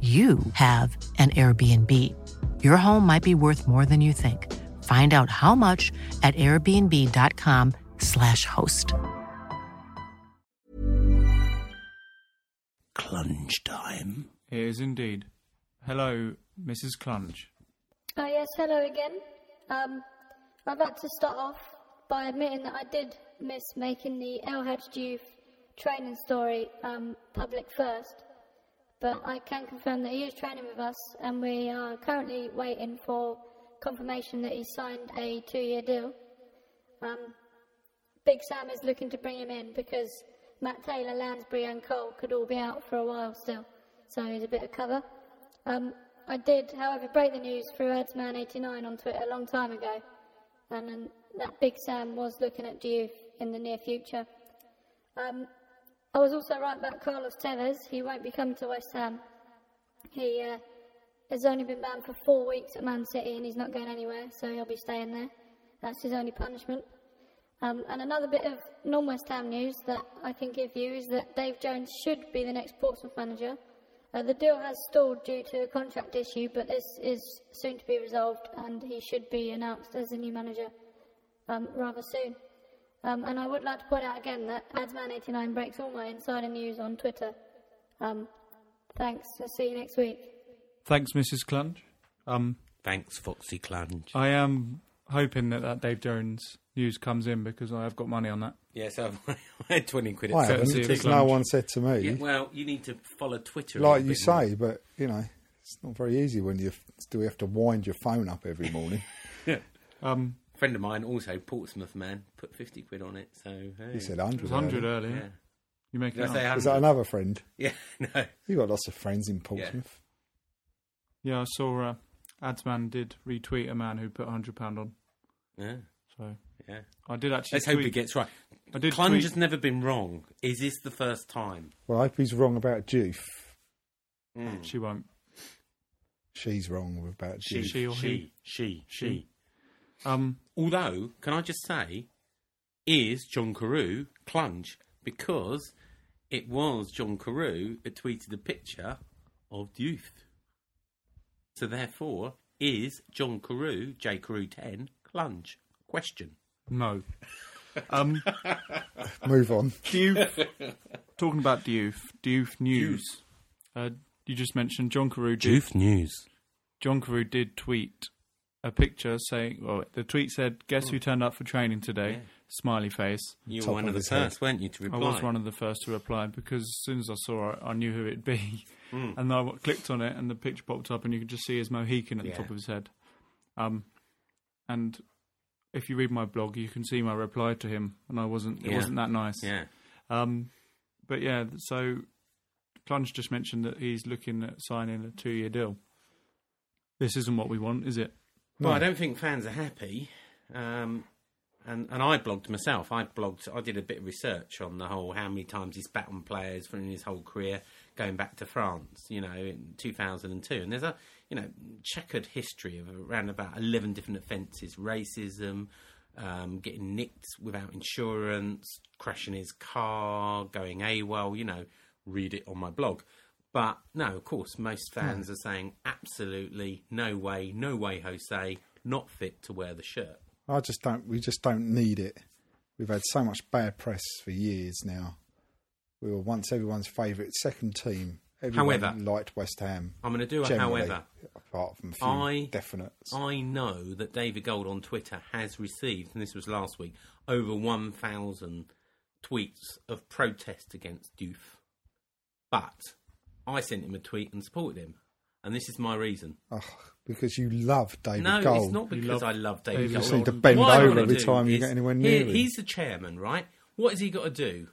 Speaker 1: you have an Airbnb. Your home might be worth more than you think. Find out how much at airbnb.com/slash host.
Speaker 3: plunge time.
Speaker 2: It is indeed. Hello, Mrs. Clunge.
Speaker 5: Oh, yes, hello again. Um, I'd like to start off by admitting that I did miss making the Elhead Juve training story um, public first, but I can confirm that he is training with us, and we are currently waiting for confirmation that he signed a two year deal. Um, Big Sam is looking to bring him in because Matt Taylor, Lansbury, and Cole could all be out for a while still, so he's a bit of cover. Um, I did, however, break the news through Adsman89 on Twitter a long time ago, and, um, that Big Sam was looking at Juve in the near future. Um, I was also right about Carlos Tevez. He won't be coming to West Ham. He uh, has only been banned for four weeks at Man City, and he's not going anywhere, so he'll be staying there. That's his only punishment. Um, and another bit of non West Ham news that I can give you is that Dave Jones should be the next Portsmouth manager. Uh, the deal has stalled due to a contract issue, but this is soon to be resolved, and he should be announced as the new manager um, rather soon. Um, and I would like to point out again that Adsman89 breaks all my insider news on Twitter. Um, thanks. I'll see you next week.
Speaker 2: Thanks, Mrs. Clunge. Um,
Speaker 3: Thanks, Foxy Clunge.
Speaker 2: I am hoping that that Dave Jones news comes in because I have got money on that.
Speaker 3: Yes, I've, I had 20 quid
Speaker 4: I
Speaker 3: at
Speaker 4: haven't,
Speaker 2: courtesy of
Speaker 4: because
Speaker 2: the
Speaker 4: no
Speaker 2: lounge.
Speaker 4: one said to me,
Speaker 3: Yeah, well, you need to follow Twitter. a
Speaker 4: like
Speaker 3: little
Speaker 4: you
Speaker 3: bit more.
Speaker 4: say, but you know, it's not very easy when you do have to wind your phone up every morning.
Speaker 2: Um,
Speaker 3: A friend of mine, also Portsmouth man, put 50 quid on it, so. Hey.
Speaker 4: He said
Speaker 2: it
Speaker 4: 100.
Speaker 2: was 100
Speaker 4: earlier.
Speaker 2: earlier.
Speaker 3: Yeah.
Speaker 2: You make
Speaker 3: Did I
Speaker 2: it
Speaker 3: say 100?
Speaker 2: up.
Speaker 4: Is that another friend?
Speaker 3: Yeah, no.
Speaker 4: You got lots of friends in Portsmouth.
Speaker 2: Yeah, I saw uh, Adsman did retweet a man who put £100 on.
Speaker 3: Yeah,
Speaker 2: So
Speaker 3: yeah.
Speaker 2: I did actually.
Speaker 3: Let's hope
Speaker 2: tweet.
Speaker 3: he gets right.
Speaker 2: I did
Speaker 3: Clunge
Speaker 2: tweet-
Speaker 3: has never been wrong. Is this the first time?
Speaker 4: Well, I hope he's wrong about Juve.
Speaker 3: Hmm.
Speaker 2: She won't.
Speaker 4: She's wrong about
Speaker 2: Mm. She-
Speaker 4: Juve.
Speaker 2: she or
Speaker 3: she, she, she,
Speaker 2: She. Um,
Speaker 3: Although, can I just say, is John Carew Clunge? Because it was John Carew that tweeted a picture of youth. So therefore, is John Carew, J. Carew 10, Clunge? Question.
Speaker 2: no. Um,
Speaker 4: Move on.
Speaker 2: Diouf. talking about Diouf. Diouf news. Uh, you just mentioned John Carew. Did,
Speaker 3: News.
Speaker 2: John Carew did tweet a picture saying, well, the tweet said, "Guess who turned up for training today?"
Speaker 3: Hmm. Yeah.
Speaker 2: Smiley face.
Speaker 3: You
Speaker 4: Top
Speaker 3: were one
Speaker 4: of
Speaker 3: of the
Speaker 4: his head.
Speaker 3: first, weren't you, to reply?
Speaker 2: I was one of the first to reply because as soon as I saw it, I knew who it'd be,
Speaker 3: Hmm.
Speaker 2: and I w- clicked on it, and the picture popped up, and you could just see his Mohican at
Speaker 3: Yeah.
Speaker 2: the top of his head. Um, and if you read my blog, you can see my reply to him, and I wasn't. It
Speaker 3: Yeah.
Speaker 2: wasn't that nice.
Speaker 3: Yeah.
Speaker 2: Um, but yeah, so Clunge just mentioned that he's looking at signing a two-year deal. This isn't what we want, is it?
Speaker 3: Well, I don't think fans are happy. Um, and, and I blogged myself. I blogged. I did a bit of research on the whole how many times he's spat on players from his whole career, going back to France. You know, in 2002. And there's a you know checkered history of around about 11 different offences: racism, um, getting nicked without insurance, crashing his car, going AWOL. You know, read it on my blog. But no, of course, most fans are saying absolutely no way, no way, Jose, not fit to wear the shirt.
Speaker 4: I just don't. We just don't need it. We've had so much bad press for years now. We were once everyone's favourite second team. Everyone
Speaker 3: However-
Speaker 4: liked West Ham.
Speaker 3: I'm going to do a
Speaker 4: generally,
Speaker 3: however.
Speaker 4: apart from a few
Speaker 3: I-
Speaker 4: definites.
Speaker 3: I know that David Gold on Twitter has received, and this was last week, over 1,000 tweets of protest against Doof. But I sent him a tweet and supported him. And this is my reason.
Speaker 4: Ugh, because you love David
Speaker 3: no,
Speaker 4: Gold.
Speaker 3: it's not
Speaker 2: You
Speaker 3: because
Speaker 2: love
Speaker 3: I love David
Speaker 2: David
Speaker 3: Gold.
Speaker 4: You
Speaker 2: Gold.
Speaker 4: seem to bend
Speaker 3: What I
Speaker 4: over
Speaker 3: wanna
Speaker 4: every
Speaker 3: do
Speaker 4: time you
Speaker 3: is-
Speaker 4: get anywhere
Speaker 3: here-
Speaker 4: near him.
Speaker 3: He's the chairman, right? What has he got to do?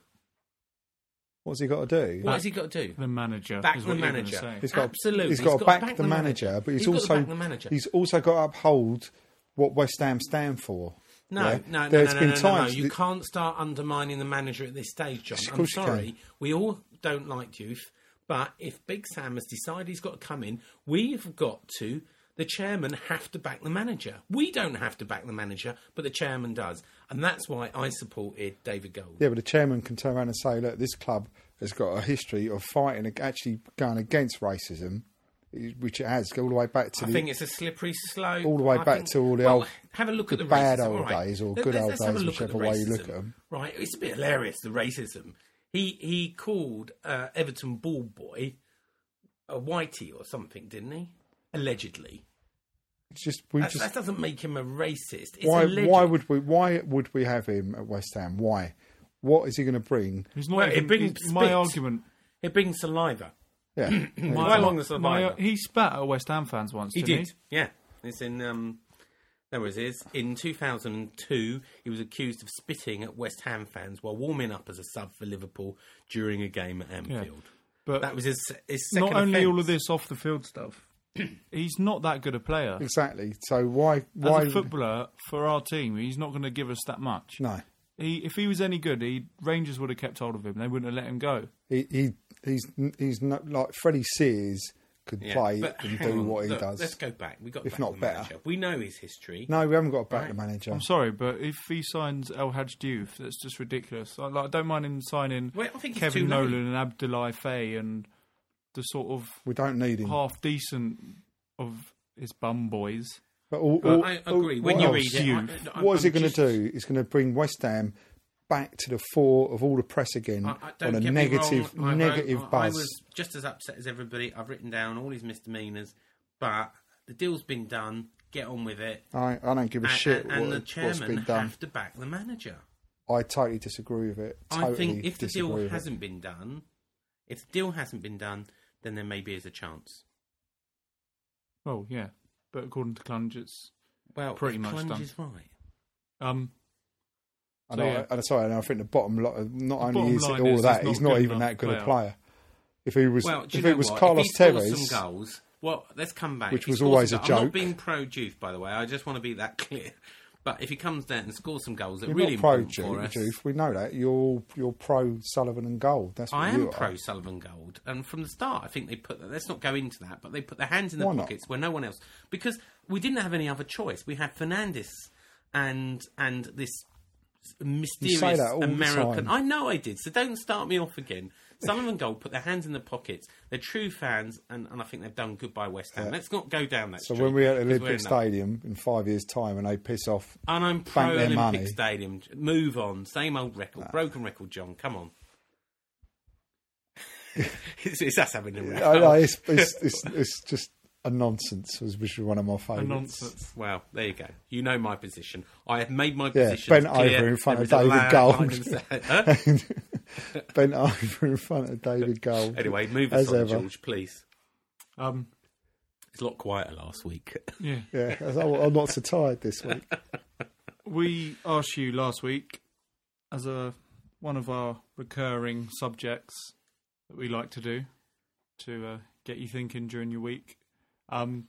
Speaker 4: What's he got to do?
Speaker 3: What has he got to do?
Speaker 2: The manager.
Speaker 3: back
Speaker 2: is
Speaker 3: the
Speaker 2: what you're gonna
Speaker 3: manager.
Speaker 2: say.
Speaker 4: He's got
Speaker 3: Absolutely,
Speaker 4: He's got to back, the manager, but he's,
Speaker 3: He's got to
Speaker 4: also
Speaker 3: back the manager.
Speaker 4: he's also got to uphold what West Ham stand for.
Speaker 3: No,
Speaker 4: yeah?
Speaker 3: no, no,
Speaker 4: There's
Speaker 3: no, no,
Speaker 4: been
Speaker 3: no, no, no.
Speaker 4: times
Speaker 3: You
Speaker 4: that-
Speaker 3: can't start undermining the manager at this stage, John.
Speaker 4: Of
Speaker 3: I'm
Speaker 4: course you
Speaker 3: sorry.
Speaker 4: can.
Speaker 3: We all don't like youth, but if Big Sam has decided he's got to come in, we've got to. The chairman have to back the manager. We don't have to back the manager, but the chairman does, and that's why I supported David Gold.
Speaker 4: Yeah, but the chairman can turn around and say, look, this club has got a history of fighting, ag- actually going against racism, which it has all the way back to
Speaker 3: I
Speaker 4: the.
Speaker 3: think it's a slippery slope.
Speaker 4: all the way
Speaker 3: I
Speaker 4: back
Speaker 3: think-
Speaker 4: to all the
Speaker 3: well,
Speaker 4: old-
Speaker 3: have a look at
Speaker 4: the
Speaker 3: the
Speaker 4: bad
Speaker 3: racism,
Speaker 4: old
Speaker 3: all right.
Speaker 4: days or
Speaker 3: Let-
Speaker 4: good
Speaker 3: let's-
Speaker 4: old
Speaker 3: let's have a
Speaker 4: days,
Speaker 3: look at the
Speaker 4: whichever way you look
Speaker 3: racism,
Speaker 4: at 'em.
Speaker 3: Right, it's a bit hilarious the racism He he called uh, Everton ball boy a whitey or something, didn't he? Allegedly,
Speaker 4: It's just we
Speaker 3: That's-
Speaker 4: just
Speaker 3: that doesn't make him a racist. It's
Speaker 4: why
Speaker 3: alleged.
Speaker 4: why would we why would we have him at West Ham? Why? What is he going to bring?
Speaker 2: He's not
Speaker 3: Well, it
Speaker 2: even,
Speaker 3: brings
Speaker 2: he's- my
Speaker 3: spit.
Speaker 2: argument.
Speaker 3: it brings saliva?
Speaker 4: Yeah,
Speaker 2: My,
Speaker 3: Quite along the survivor.
Speaker 2: he spat at West Ham fans once.
Speaker 3: He
Speaker 2: didn't
Speaker 3: did, yeah. It's in um, there was his in 2002. He was accused of spitting at West Ham fans while warming up as a sub for Liverpool during a game at Anfield.
Speaker 2: But
Speaker 3: That was his, his second
Speaker 2: not only all
Speaker 3: offence.
Speaker 2: of this off the field stuff. he's not that good a player.
Speaker 4: exactly. So why
Speaker 2: As
Speaker 4: why
Speaker 2: a footballer for our team, he's not going to give us that much.
Speaker 4: no?
Speaker 2: He, if he was any good, he Rangers would have kept hold of him. They wouldn't have let him go.
Speaker 4: He, he he's he's not like Freddie Sears could
Speaker 3: Yeah,
Speaker 4: play
Speaker 3: but
Speaker 4: and
Speaker 3: hang
Speaker 4: do
Speaker 3: on,
Speaker 4: what he
Speaker 3: look,
Speaker 4: does.
Speaker 3: Let's go back. We got
Speaker 4: If
Speaker 3: back
Speaker 4: not
Speaker 3: the
Speaker 4: better.
Speaker 3: manager. We know his history.
Speaker 4: No, we haven't got a back the manager.
Speaker 2: I'm sorry, but if he signs El Hadj Diouf, that's just ridiculous. I, like, I don't mind him signing
Speaker 3: Well, I think it's too
Speaker 2: Kevin
Speaker 3: late.
Speaker 2: Nolan and Abdoulaye Faye and the sort of
Speaker 4: We don't need him.
Speaker 2: half decent of his bum boys.
Speaker 4: But all,
Speaker 3: But
Speaker 4: all-
Speaker 3: I
Speaker 4: all-
Speaker 3: agree. When
Speaker 4: what
Speaker 3: you
Speaker 4: else?
Speaker 3: read it,
Speaker 2: You-
Speaker 3: I- I-
Speaker 4: what is
Speaker 3: I'm
Speaker 4: it going
Speaker 3: just-
Speaker 4: to do? It's going to bring West Ham back to the fore of all the press again
Speaker 3: I- I-
Speaker 4: on
Speaker 3: don't
Speaker 4: a
Speaker 3: get me
Speaker 4: negative
Speaker 3: wrong, I wrote-
Speaker 4: negative
Speaker 3: I-
Speaker 4: buzz.
Speaker 3: I was just as upset as everybody. I've written down all his misdemeanors, but the deal's been done. Get on with it.
Speaker 4: I, I don't give a
Speaker 3: and,
Speaker 4: shit
Speaker 3: and- and
Speaker 4: what,
Speaker 3: the
Speaker 4: what's
Speaker 3: chairman
Speaker 4: been done.
Speaker 3: have to back the manager.
Speaker 4: I totally disagree with it. Totally
Speaker 3: I think if the
Speaker 4: disagree
Speaker 3: deal
Speaker 4: with it.
Speaker 3: hasn't been done, if the deal hasn't been done, then there maybe is a chance.
Speaker 2: Well, yeah, but according to Clunge, it's
Speaker 3: Well,
Speaker 2: Pretty
Speaker 3: if
Speaker 2: much
Speaker 3: Clunge
Speaker 2: done.
Speaker 3: is right.
Speaker 2: um,
Speaker 4: and,
Speaker 2: so,
Speaker 4: I,
Speaker 2: yeah.
Speaker 4: and sorry, and I think the bottom lot, not
Speaker 2: The
Speaker 4: only
Speaker 2: bottom
Speaker 4: is it
Speaker 2: line
Speaker 4: all
Speaker 2: is
Speaker 4: of that,
Speaker 2: he's
Speaker 4: he's
Speaker 2: not
Speaker 4: not
Speaker 2: good
Speaker 4: even
Speaker 2: enough
Speaker 4: that good a
Speaker 2: player.
Speaker 4: player. If he was,
Speaker 3: Well, do you
Speaker 4: if
Speaker 3: know
Speaker 4: it was
Speaker 3: what? if
Speaker 4: Carlos
Speaker 3: he scores
Speaker 4: Tevez,
Speaker 3: some goals. Well, let's come back.
Speaker 4: which
Speaker 3: If he
Speaker 4: was
Speaker 3: scores
Speaker 4: always
Speaker 3: some
Speaker 4: a
Speaker 3: goals- I'm
Speaker 4: joke.
Speaker 3: not being pro Juve, by the way. I just want to be that clear. But if he comes down and scores some goals, that
Speaker 4: you're
Speaker 3: really
Speaker 4: not pro
Speaker 3: important for
Speaker 4: Ju-
Speaker 3: us.
Speaker 4: Juve. We know that you're you're pro Sullivan and Gold. That's what
Speaker 3: I
Speaker 4: you
Speaker 3: am
Speaker 4: are.
Speaker 3: pro Sullivan Gold, and from the start, I think they put that. Let's not go into that, but they put their hands in their
Speaker 4: Why not?
Speaker 3: pockets where no one else, because we didn't have any other choice. We had Fernandez and and this mysterious
Speaker 4: that all the
Speaker 3: American.
Speaker 4: time.
Speaker 3: I know I did, so don't start me off again. Sullivan Gold put their hands in their pockets. They're true fans, and, and I think they've done good by West Ham. Let's not go down that.
Speaker 4: So
Speaker 3: street,
Speaker 4: when we're at
Speaker 3: 'cause
Speaker 4: Olympic
Speaker 3: in that.
Speaker 4: Stadium in five years' time, and they piss off,
Speaker 3: and I'm pro
Speaker 4: bank their
Speaker 3: Olympic
Speaker 4: money. Ah.
Speaker 3: Stadium. Move on, same old record, broken record, John. Come on. it's, it's us having a record.
Speaker 4: I know, it's, it's, it's, it's just a nonsense, which is one of my
Speaker 2: a
Speaker 4: favourites.
Speaker 2: nonsense.
Speaker 3: Well, there you go. You know my position. I have made my
Speaker 4: Yeah,
Speaker 3: position
Speaker 4: bent
Speaker 3: clear.
Speaker 4: over in front
Speaker 3: There
Speaker 4: of
Speaker 3: is a
Speaker 4: David
Speaker 3: loud line in
Speaker 4: Gold.
Speaker 3: the- Huh?
Speaker 4: Bent over in front of David Gold.
Speaker 3: anyway, move us
Speaker 4: as
Speaker 3: on,
Speaker 4: ever.
Speaker 3: George, please.
Speaker 2: Um,
Speaker 3: It's a lot quieter last week.
Speaker 2: yeah.
Speaker 4: Yeah, I was- I'm not so tired this week.
Speaker 2: We asked you last week as a one of our recurring subjects that we like to do to uh, get you thinking during your week. Um,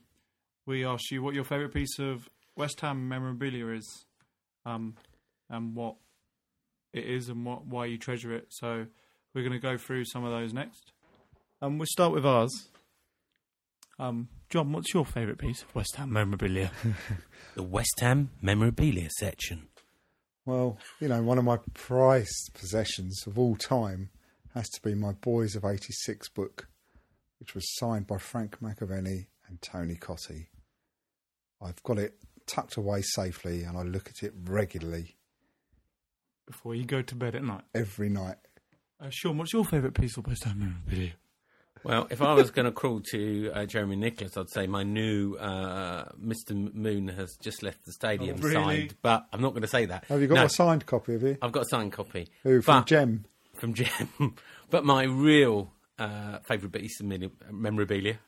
Speaker 2: we asked you what your favourite piece of West Ham memorabilia is, um, and what it is, and what why you treasure it. So we're going to go through some of those next. Um, we'll start with ours. Um, John, what's your favourite piece of West Ham memorabilia?
Speaker 3: the West Ham memorabilia section.
Speaker 4: Well, you know, one of my prized possessions of all time has to be my Boys of 86 book, which was signed by Frank McAvenny and Tony Cotti. I've got it tucked away safely and I look at it regularly
Speaker 2: Before you go to bed at night.
Speaker 4: every night.
Speaker 2: Uh, Sean, what's your favourite piece of West Ham memorabilia?
Speaker 3: Well, if I was going to crawl to uh, Jeremy Nicholas, I'd say my new uh, Mr. Moon has just left the stadium
Speaker 2: Oh, really?
Speaker 3: signed, but I'm not going to say that.
Speaker 4: Have you got
Speaker 3: No,
Speaker 4: a signed copy of you?
Speaker 3: I've got a signed copy.
Speaker 4: Who from
Speaker 3: but-
Speaker 4: Gem?
Speaker 3: from Jim. but my real uh, favourite piece of mem- memorabilia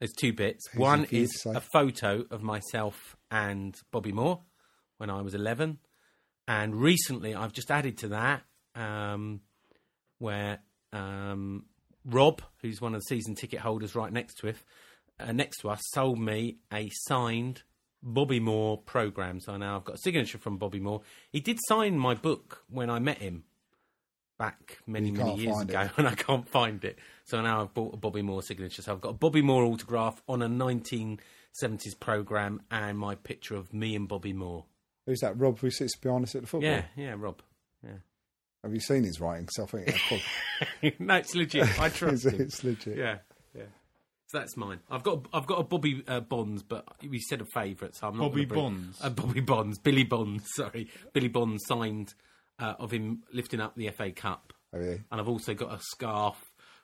Speaker 3: there's two bits.
Speaker 4: Easy
Speaker 3: One
Speaker 4: for you
Speaker 3: is
Speaker 4: to say.
Speaker 3: a photo of myself and Bobby Moore when I was 11. And recently I've just added to that um, where um, Rob, who's one of the season ticket holders right next to, if, uh, next to us, sold me a signed Bobby Moore programme. So now I've got a signature from Bobby Moore. He did sign my book when I met him back many,
Speaker 4: You
Speaker 3: many
Speaker 4: can't
Speaker 3: years
Speaker 4: find
Speaker 3: ago,
Speaker 4: it.
Speaker 3: and I can't find it. So now I've bought a Bobby Moore signature. So I've got a Bobby Moore autograph on a 1970s programme and my picture of me and Bobby Moore.
Speaker 4: Who's that Rob who sits behind us at the football?
Speaker 3: Yeah, yeah, Rob. Yeah.
Speaker 4: Have you seen his writing? 'Cause I think that's prob-
Speaker 3: no, it's legit. I trust
Speaker 4: it's,
Speaker 3: him.
Speaker 4: it's legit.
Speaker 3: Yeah, yeah. So that's mine. I've got I've got a Bobby uh, Bonds, but we said a favourite, so I'm not
Speaker 2: Bobby
Speaker 3: gonna bring-
Speaker 2: Bonds?
Speaker 3: A Bobby Bonds, Billy Bonds. Sorry, Billy Bonds signed uh, of him lifting up the FA Cup
Speaker 4: Have you?
Speaker 3: and I've also got a scarf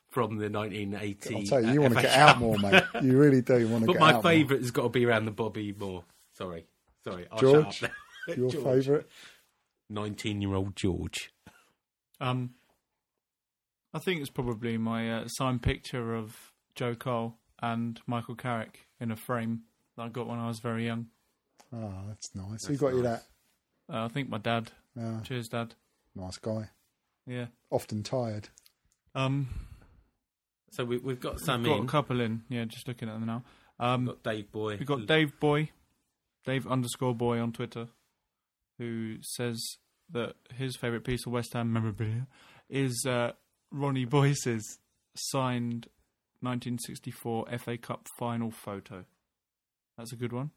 Speaker 3: from the 1980.
Speaker 4: I'll tell you, you
Speaker 3: uh,
Speaker 4: want
Speaker 3: FA
Speaker 4: to get
Speaker 3: Cup.
Speaker 4: out more, mate. You really do want to
Speaker 3: But
Speaker 4: get
Speaker 3: my
Speaker 4: out
Speaker 3: favourite has got to be around the Bobby Moore. Sorry, sorry, I'll
Speaker 4: George?
Speaker 3: shut up now.
Speaker 4: more. Your
Speaker 3: George.
Speaker 4: favourite?
Speaker 3: 19-year-old George.
Speaker 2: Um, I think it's probably my uh, signed picture of Joe Cole and Michael Carrick in a frame that I got when I was very young.
Speaker 4: Oh, that's nice. Who got you Ah. that?
Speaker 3: nice.
Speaker 2: Uh, I think my dad.
Speaker 4: Yeah,
Speaker 2: Cheers, Dad.
Speaker 4: nice guy.
Speaker 2: Yeah.
Speaker 4: Often tired.
Speaker 2: Um,
Speaker 3: So we, we've got some
Speaker 2: got
Speaker 3: in.
Speaker 2: a couple in. Yeah, just looking at them now. Um,
Speaker 3: We've got Dave Boy.
Speaker 2: We've got Dave Boy, Dave underscore Boy on Twitter, who says that his favourite piece of West Ham memorabilia is uh, Ronnie Boyce's signed 1964 FA Cup final photo. That's a good one.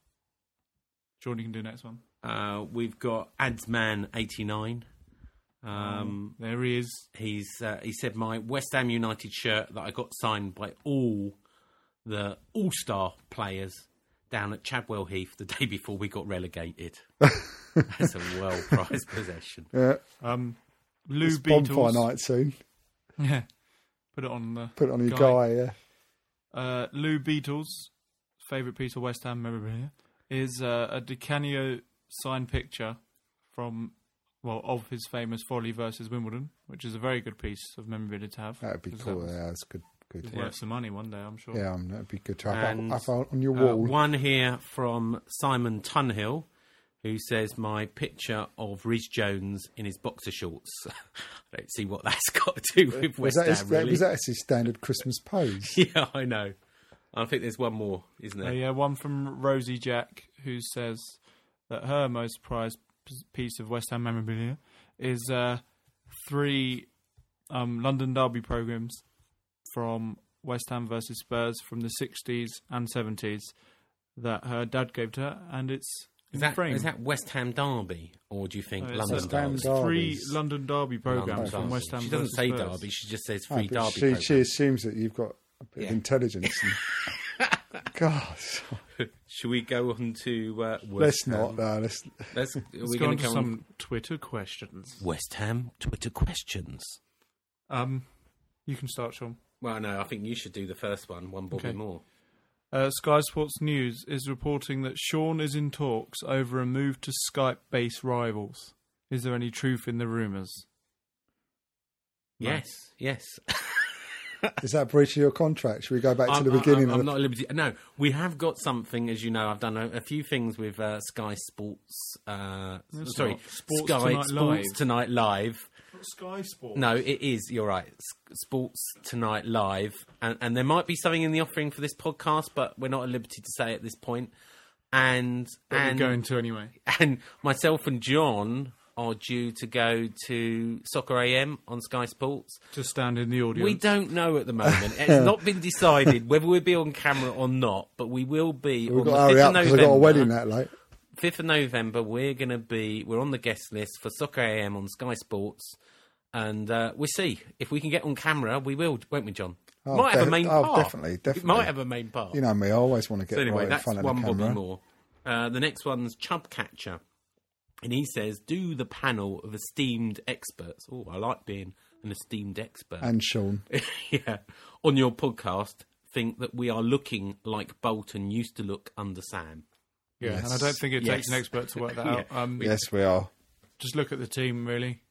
Speaker 2: Sean, you can do next one.
Speaker 3: Uh, we've got Adsman 89. Um,
Speaker 2: there he is.
Speaker 3: he's uh, he said my West Ham United shirt that I got signed by all the all star players down at Chadwell Heath the day before we got relegated. That's a well prized possession.
Speaker 4: Yeah,
Speaker 2: Um, Lou
Speaker 4: it's bonfire
Speaker 2: Beatles.
Speaker 4: night soon.
Speaker 2: Yeah. Put it on the
Speaker 4: Put it on your guy. yeah.
Speaker 2: Uh, Lou Beatles' favourite piece of West Ham memorabilia is uh, a Di Canio signed picture from, well, of his famous Foley versus Wimbledon, which is a very good piece of memorabilia to have.
Speaker 4: That'd be
Speaker 2: 'cause
Speaker 4: cool.
Speaker 2: That was
Speaker 4: yeah, that's good. Good.
Speaker 2: worth some money one day, I'm sure.
Speaker 4: Yeah, um, that'd be good to have
Speaker 3: And,
Speaker 4: up, up on- on your
Speaker 3: Uh,
Speaker 4: wall.
Speaker 3: one here from Simon Tunhill, who says, My picture of Rhys Jones in his boxer shorts. I don't see what that's got to do with
Speaker 4: Uh,
Speaker 3: West
Speaker 4: was that,
Speaker 3: Ham,
Speaker 4: his, that,
Speaker 3: really.
Speaker 4: was that his standard Christmas pose?
Speaker 3: Yeah, I know. I think there's one more, isn't
Speaker 2: Uh,
Speaker 3: there?
Speaker 2: yeah, one from Rosie Jack, who says that her most prized p- piece of West Ham memorabilia is uh, three um, London Derby programmes from West Ham versus Spurs from the 60s and 70s that her dad gave to her, and it's in
Speaker 3: Is that,
Speaker 2: frame.
Speaker 3: is that West Ham Derby, or do you think
Speaker 2: Uh, it's
Speaker 3: London
Speaker 2: West
Speaker 4: Ham
Speaker 3: Derby?
Speaker 2: It's three
Speaker 4: Derbies.
Speaker 2: London Derby programmes
Speaker 3: London
Speaker 2: from
Speaker 3: Derby.
Speaker 2: West Ham
Speaker 3: She doesn't
Speaker 2: versus
Speaker 3: say
Speaker 2: Spurs.
Speaker 3: Derby, she just says
Speaker 4: No,
Speaker 3: free
Speaker 4: Ah, but
Speaker 3: Derby.
Speaker 4: she, she
Speaker 3: programme.
Speaker 4: assumes that you've got a bit
Speaker 3: Yeah.
Speaker 4: of intelligence. and- God,
Speaker 3: Should we go on to uh, West
Speaker 4: let's
Speaker 3: Ham?
Speaker 4: not. No, let's,
Speaker 3: Let's, are
Speaker 2: Let's
Speaker 3: we
Speaker 2: go
Speaker 3: going
Speaker 2: on
Speaker 3: to
Speaker 2: to
Speaker 3: come on
Speaker 2: some Twitter questions.
Speaker 3: West Ham Twitter questions?
Speaker 2: Um, you can start, Sean.
Speaker 3: Well, no, I think you should do the first one, one Bobby
Speaker 2: Okay.
Speaker 3: Moore.
Speaker 2: Uh, Sky Sports News is reporting that Sean is in talks over a move to Skype based rivals. Is there any truth in the rumours?
Speaker 3: Yes, yes.
Speaker 4: is that a breach of your contract? Should we go back to
Speaker 3: I'm,
Speaker 4: the beginning?
Speaker 3: I'm,
Speaker 4: of
Speaker 3: I'm
Speaker 4: the-
Speaker 3: not at liberty. No, we have got something, as you know. I've done a, a few things with uh, Sky Sports. Uh,
Speaker 2: No, it's
Speaker 3: sorry,
Speaker 2: not. Sports
Speaker 3: Sky
Speaker 2: Tonight
Speaker 3: Sports
Speaker 2: Live.
Speaker 3: Tonight Live.
Speaker 2: Sky Sports.
Speaker 3: No, it is. You're right. S- Sports Tonight Live, and, and there might be something in the offering for this podcast, but we're not at liberty to say at this point. And
Speaker 2: We're
Speaker 3: and
Speaker 2: going to anyway.
Speaker 3: and myself and John are due to go to Soccer AM on Sky Sports.
Speaker 2: To stand in the audience.
Speaker 3: We don't know at the moment. It's not been decided whether we'll be on camera or not, but we will be
Speaker 4: We've
Speaker 3: on
Speaker 4: got to
Speaker 3: the
Speaker 4: hurry
Speaker 3: 5th
Speaker 4: up
Speaker 3: of
Speaker 4: because
Speaker 3: November.
Speaker 4: I've got a wedding that late.
Speaker 3: 5th of November, we're going to be, we're on the guest list for Soccer AM on Sky Sports. And uh, we'll see. If we can get on camera, we will, won't we, John?
Speaker 4: Oh,
Speaker 3: might have a
Speaker 4: def-
Speaker 3: main
Speaker 4: oh,
Speaker 3: part.
Speaker 4: definitely,
Speaker 3: It
Speaker 4: definitely.
Speaker 3: might have a main part.
Speaker 4: You know me, I always want to get
Speaker 3: So anyway,
Speaker 4: right in
Speaker 3: that's
Speaker 4: front of
Speaker 3: one
Speaker 4: the camera.
Speaker 3: Bobby Moore. Uh, the next one's Chub Catcher, and he says, "Do the panel of esteemed experts." Oh, I like being an esteemed expert.
Speaker 4: And Sean.
Speaker 3: yeah, on your podcast, think that we are looking like Bolton used to look under Sam.
Speaker 2: Yeah, and I don't think it
Speaker 3: Yes.
Speaker 2: takes an expert to work that
Speaker 3: Yeah.
Speaker 2: out. Um,
Speaker 4: Yes, we are.
Speaker 2: Just look at the team, really.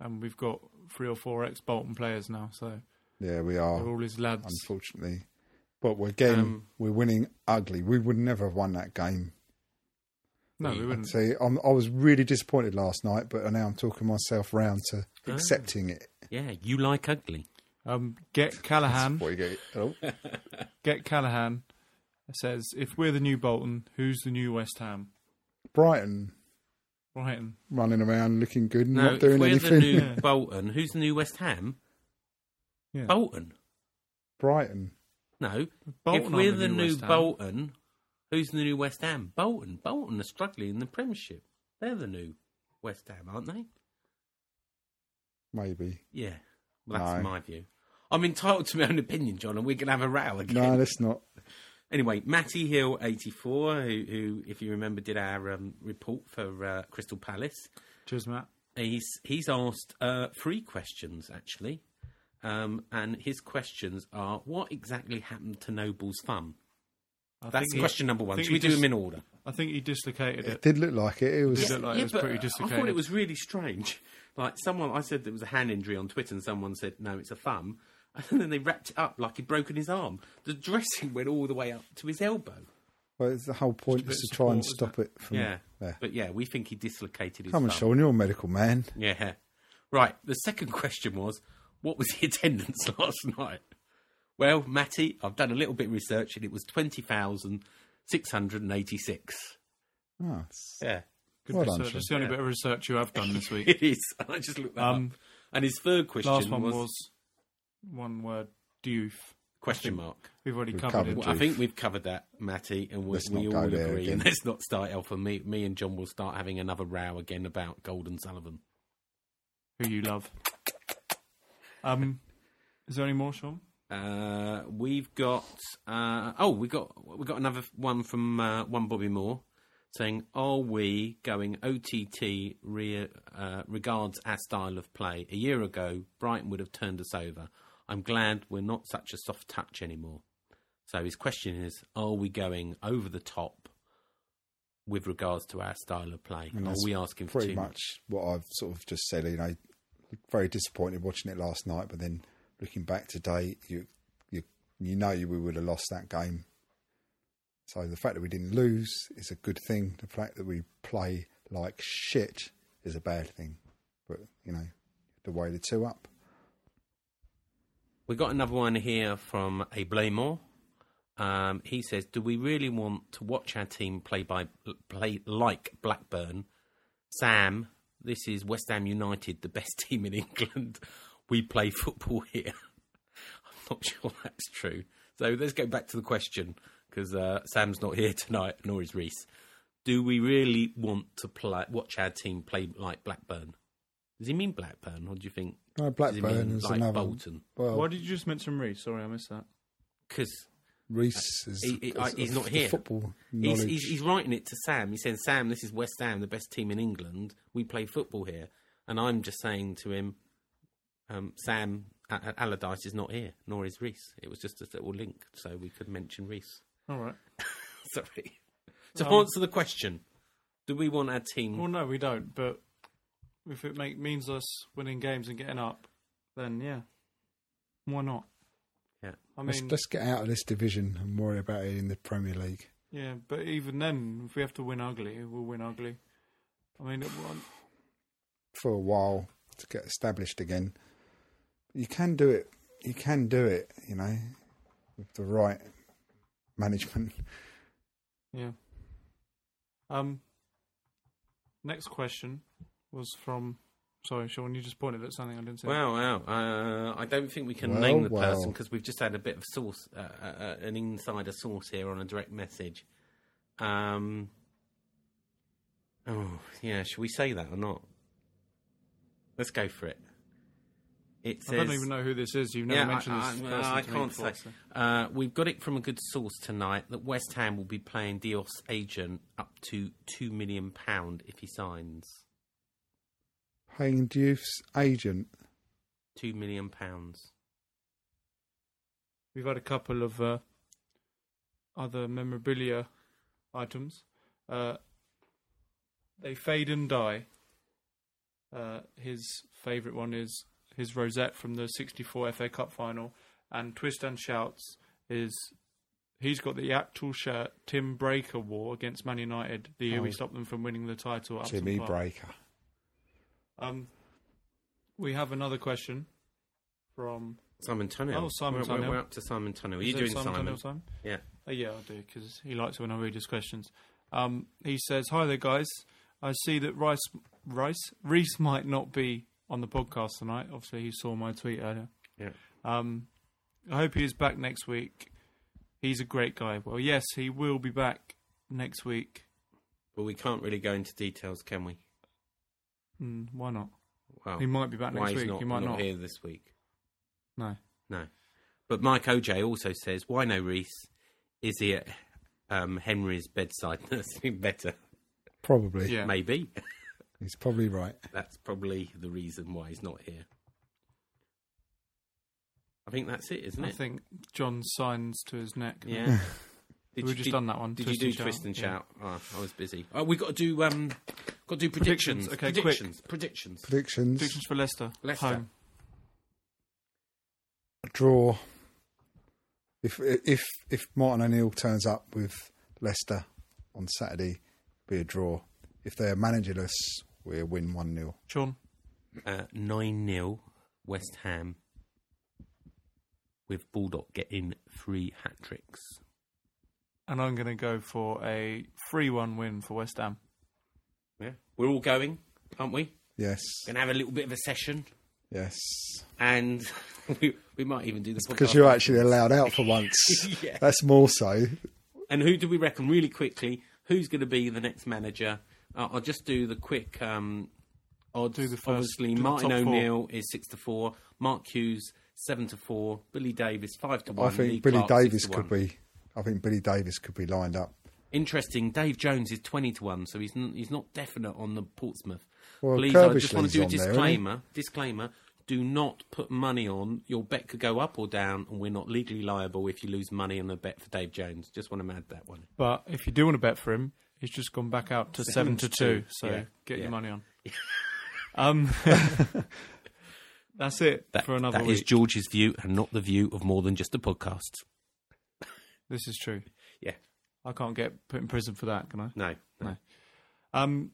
Speaker 2: And we've got three or four ex Bolton players now, so
Speaker 4: Yeah, we
Speaker 3: Oh,
Speaker 4: are.
Speaker 2: they're all his lads.
Speaker 4: unfortunately. But we're getting, we're winning ugly. We would never have won that game.
Speaker 2: no, we wouldn't.
Speaker 4: See, I'm, I was really disappointed last night, but now I'm talking myself round to accepting it.
Speaker 3: Yeah, you like ugly.
Speaker 2: Um, get Callahan.
Speaker 4: What you get? Oh,
Speaker 2: Get Callahan says, if we're the new Bolton, who's the new West Ham?
Speaker 4: Brighton
Speaker 2: Brighton.
Speaker 4: running around looking good and
Speaker 3: No,
Speaker 4: not doing
Speaker 3: if we're
Speaker 4: anything.
Speaker 3: the new
Speaker 2: Yeah.
Speaker 3: Bolton. Who's the new West Ham?
Speaker 2: Yeah.
Speaker 3: Bolton.
Speaker 4: Brighton.
Speaker 3: No,
Speaker 2: Bolton
Speaker 3: if
Speaker 2: aren't
Speaker 3: we're
Speaker 2: the
Speaker 3: the
Speaker 2: new
Speaker 3: new
Speaker 2: West Ham.
Speaker 3: Bolton, who's the new West Ham? Bolton. Bolton are struggling in the Premiership. They're the new West Ham, aren't they?
Speaker 4: Maybe.
Speaker 3: Yeah. Well, that's
Speaker 4: No.
Speaker 3: my view. I'm entitled to my own opinion, John, and we're going to have a row again.
Speaker 4: No, that's not.
Speaker 3: Anyway, Matty Hill, 84, who, who if you remember, did our um, report for uh, Crystal Palace.
Speaker 2: Cheers, Matt.
Speaker 3: He's he's asked uh, three questions actually, um, and his questions are: What exactly happened to Noble's thumb?
Speaker 2: I
Speaker 3: That's
Speaker 2: think he-
Speaker 3: question number
Speaker 2: I
Speaker 3: one.
Speaker 2: think
Speaker 3: Should we
Speaker 2: he
Speaker 3: do
Speaker 2: dis-
Speaker 3: them in order?
Speaker 2: I think he dislocated
Speaker 4: It
Speaker 2: it.
Speaker 4: did look like it. It was.
Speaker 2: It looked like it was
Speaker 3: but
Speaker 2: pretty
Speaker 3: I
Speaker 2: dislocated.
Speaker 3: thought it was really strange. Like someone, I said there was a hand injury on Twitter, and someone said no, it's a thumb, and then they wrapped it up like he'd broken his arm. The dressing went all the way up to his elbow.
Speaker 4: Well, it's the whole point
Speaker 2: Just
Speaker 4: is
Speaker 2: a bit
Speaker 4: to
Speaker 2: of
Speaker 4: try and
Speaker 2: support,
Speaker 4: stop it from
Speaker 3: yeah,
Speaker 4: there.
Speaker 3: but um, yeah, we think he dislocated his
Speaker 4: Come on,
Speaker 3: thumb.
Speaker 4: Sean, you're a medical man.
Speaker 3: Yeah. Right. The second question was, what was the attendance last night? Well, Matty, I've done a little bit of research and it was 20,686.
Speaker 4: Oh.
Speaker 3: Yeah.
Speaker 2: Good
Speaker 4: Well done,
Speaker 2: research.
Speaker 4: Sean.
Speaker 2: It's the only bit of research you have done this week.
Speaker 3: It is. I just looked that
Speaker 2: Um,
Speaker 3: up. And his third question
Speaker 2: Last one
Speaker 3: was,
Speaker 2: was, one word, doof.
Speaker 3: question mark.
Speaker 2: We've already
Speaker 4: We've
Speaker 2: covered,
Speaker 4: covered
Speaker 2: it.
Speaker 4: it.
Speaker 3: Well, I think we've covered that, Matty, and we,
Speaker 4: Let's
Speaker 3: we
Speaker 4: not
Speaker 3: all
Speaker 4: go there
Speaker 3: agree.
Speaker 4: again.
Speaker 3: Let's not start Elf and me, me and John will start having another row again about Golden Sullivan.
Speaker 2: Who you love. Um, is there any more, Sean?
Speaker 3: Uh, we've got uh, oh, we got we got another one from uh, one Bobby Moore saying, "Are we going OTT re- uh, regards our style of play? A year ago, Brighton would have turned us over. I'm glad we're not such a soft touch anymore." So his question is, "Are we going over the top with regards to our style of play?
Speaker 4: And
Speaker 3: Are
Speaker 4: that's
Speaker 3: we asking for
Speaker 4: pretty
Speaker 3: too
Speaker 4: much what I've sort of just said. You know, very disappointed watching it last night, but then looking back today, you you you know you, we would have lost that game. So the fact that we didn't lose is a good thing. The fact that we play like shit is a bad thing. But you know, the way the two up.
Speaker 3: We got another one here from a Blaymore. Um, he says, "Do we really want to watch our team play by play like Blackburn? Sam, this is West Ham United, the best team in England. We play football here. I'm not sure that's true. So let's go back to the question because uh, Sam's not here tonight, nor is Reese. Do we really want to play watch our team play like Blackburn? Does he mean Blackburn, or do you think
Speaker 4: No,
Speaker 3: does he
Speaker 4: Blackburn
Speaker 3: mean
Speaker 4: is
Speaker 3: like
Speaker 4: another.
Speaker 3: Bolton?
Speaker 4: Well,
Speaker 2: Why did you just mention Reese? Sorry, I missed that.
Speaker 3: Because
Speaker 4: Reese is
Speaker 3: He- he- I-
Speaker 4: is
Speaker 3: he's
Speaker 4: of
Speaker 3: not
Speaker 4: the
Speaker 3: here.
Speaker 4: Football knowledge.
Speaker 3: He's, he's, he's writing it to Sam. He's saying, Sam, this is West Ham, the best team in England. We play football here. And I'm just saying to him, um, Sam A- A- Allardyce is not here, nor is Reese. It was just a little link, so we could mention Reese.
Speaker 2: All right.
Speaker 3: Sorry. To
Speaker 2: Um,
Speaker 3: answer the question, do we want our team?
Speaker 2: Well, no, we don't. But if it make, means us winning games and getting up, then yeah, why not?
Speaker 3: Yeah.
Speaker 2: I
Speaker 4: let's,
Speaker 2: mean,
Speaker 4: let's get out of this division and worry about it in the Premier League.
Speaker 2: yeah, but even then, if we have to win ugly, we'll win ugly. I mean, it, won't-
Speaker 4: for a while to get established again. You can do it. You can do it. You know, with the right management.
Speaker 2: yeah. Um. Next question was from. Sorry, Sean, you just pointed at something I didn't say.
Speaker 3: Wow, wow. Uh, I don't think we can
Speaker 4: Well,
Speaker 3: name the person
Speaker 4: well.
Speaker 3: person because we've just had a bit of source, uh, uh, uh, an insider source here on a direct message. Um, oh, yeah. Should we say that or not? Let's go for it. It
Speaker 2: I
Speaker 3: says,
Speaker 2: don't even know who this is. You've never
Speaker 3: yeah,
Speaker 2: mentioned
Speaker 3: I,
Speaker 2: this
Speaker 3: I,
Speaker 2: person
Speaker 3: I
Speaker 2: to me
Speaker 3: can't
Speaker 2: before,
Speaker 3: say.
Speaker 2: so-
Speaker 3: Uh, we've got it from a good source tonight that West Ham will be playing Dios agent up to two million pound if he signs
Speaker 4: Paying Diouf's agent.
Speaker 3: two million pounds.
Speaker 2: We've had a couple of uh, other memorabilia items. Uh, they fade and die. Uh, his favourite one is his rosette from the 64 FA Cup final, and Twist and Shouts is. He's got the actual shirt Tim Breaker wore against Man United the year we
Speaker 4: Oh.
Speaker 2: stopped them from winning the title. at Upton
Speaker 4: Timmy
Speaker 2: Park.
Speaker 4: Breaker.
Speaker 2: Um, we have another question from.
Speaker 3: Simon Tunnell.
Speaker 2: Oh, Simon
Speaker 3: we're, we're-
Speaker 2: Tunnell.
Speaker 3: We're up to Simon Tunnell. Are
Speaker 2: Is
Speaker 3: you
Speaker 2: it
Speaker 3: doing Simon?
Speaker 2: Tunnell time?
Speaker 3: Yeah.
Speaker 2: Uh, yeah, I do because he likes it when I read his questions. Um, he says, "Hi there, guys. I see that Rice, Rice, Reese might not be on the podcast tonight. Obviously, he saw my tweet earlier.
Speaker 3: Yeah.
Speaker 2: Um, I hope he is back next week. He's a great guy. Well, yes, he will be back next week.
Speaker 3: Well, we can't really go into details, can we?
Speaker 2: Mm, why not?
Speaker 3: Well,
Speaker 2: He might be back
Speaker 3: why
Speaker 2: next
Speaker 3: he's
Speaker 2: week,
Speaker 3: Not,
Speaker 2: he might
Speaker 3: not
Speaker 2: not.
Speaker 3: here this week.
Speaker 2: No,
Speaker 3: No. But Mike OJ also says, "Why no Reese? Is he at um, Henry's bedside nursing better?
Speaker 4: Probably.
Speaker 2: yeah,
Speaker 3: Maybe.
Speaker 4: He's probably right.
Speaker 3: That's probably the reason why he's not here. I think that's it, isn't
Speaker 2: I
Speaker 3: it?
Speaker 2: think John signs to his neck.
Speaker 3: Yeah.
Speaker 2: We were just on that one,
Speaker 3: Did you
Speaker 2: twist
Speaker 3: do
Speaker 2: and shout,
Speaker 3: twist and
Speaker 2: yeah.
Speaker 3: shout? Oh, I was busy. Oh, we got to do um, got to do predictions.
Speaker 2: Predictions, okay, quick.
Speaker 3: predictions. Predictions.
Speaker 4: Predictions.
Speaker 2: Predictions for Leicester.
Speaker 3: Leicester.
Speaker 2: Home.
Speaker 4: Draw. If if if Martin O'Neill turns up with Leicester on Saturday, be a draw. If they're managerless, we'll win one 0
Speaker 2: Sean.
Speaker 3: Uh, Nine 0 West Ham. With Baldock getting three hat tricks.
Speaker 2: And I'm going to go for a 3 1 win for West Ham.
Speaker 3: Yeah, we're all going, aren't we?
Speaker 4: Yes.
Speaker 3: Going to have a little bit of a session,
Speaker 4: Yes.
Speaker 3: and we, we might even do the
Speaker 4: Because
Speaker 3: podcast
Speaker 4: you're actually allowed out for once.
Speaker 3: Yeah.
Speaker 4: That's more so.
Speaker 3: And who do we reckon really quickly? Who's going to be the next manager? Uh, I'll just do the quick um, odds.
Speaker 2: Do the first-
Speaker 3: Obviously,
Speaker 2: do the
Speaker 3: Martin
Speaker 2: top four.
Speaker 3: O'Neill is six to four. Mark Hughes seven to four. Billy Davis five to
Speaker 4: I
Speaker 3: one.
Speaker 4: think
Speaker 3: Lee
Speaker 4: Billy
Speaker 3: Clark, six
Speaker 4: Davis
Speaker 3: to
Speaker 4: could
Speaker 3: one.
Speaker 4: be. I think Billy Davis could be lined up.
Speaker 3: interesting. Dave Jones is twenty to one, so he's n- he's not definite on the Portsmouth.
Speaker 4: Well,
Speaker 3: Please, I
Speaker 4: Kirbishley's
Speaker 3: just want to do a
Speaker 4: on there, isn't he?
Speaker 3: disclaimer. disclaimer. Do not put money on. Your bet could go up or down, and we're not legally liable if you lose money on a bet for Dave Jones. Just want to add that one.
Speaker 2: But if you do want to bet for him, he's just gone back out to 7 to 2. So
Speaker 3: Yeah,
Speaker 2: get
Speaker 3: yeah.
Speaker 2: your money on. um, that's it
Speaker 3: That,
Speaker 2: for another
Speaker 3: that
Speaker 2: week.
Speaker 3: is George's view and not the view of more than just a podcast.
Speaker 2: this is true.
Speaker 3: Yeah.
Speaker 2: I can't get put in prison for that, can I?
Speaker 3: No. No.
Speaker 2: Um,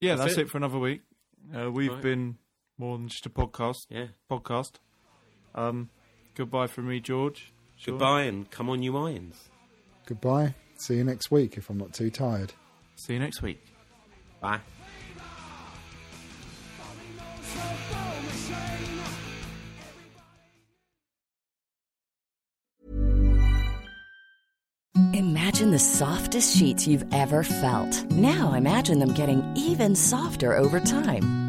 Speaker 2: yeah,
Speaker 3: That's
Speaker 2: that's,
Speaker 3: it.
Speaker 2: it. for another week. Uh, we've
Speaker 3: Right.
Speaker 2: been more than just a podcast.
Speaker 3: Yeah.
Speaker 2: Podcast. Um, goodbye from me, George. Sean.
Speaker 3: Goodbye and come on, you irons.
Speaker 4: Goodbye. See you next week if I'm not too tired.
Speaker 2: See you next week.
Speaker 3: Bye.
Speaker 6: Imagine the softest sheets you've ever felt. Now imagine them getting even softer over time.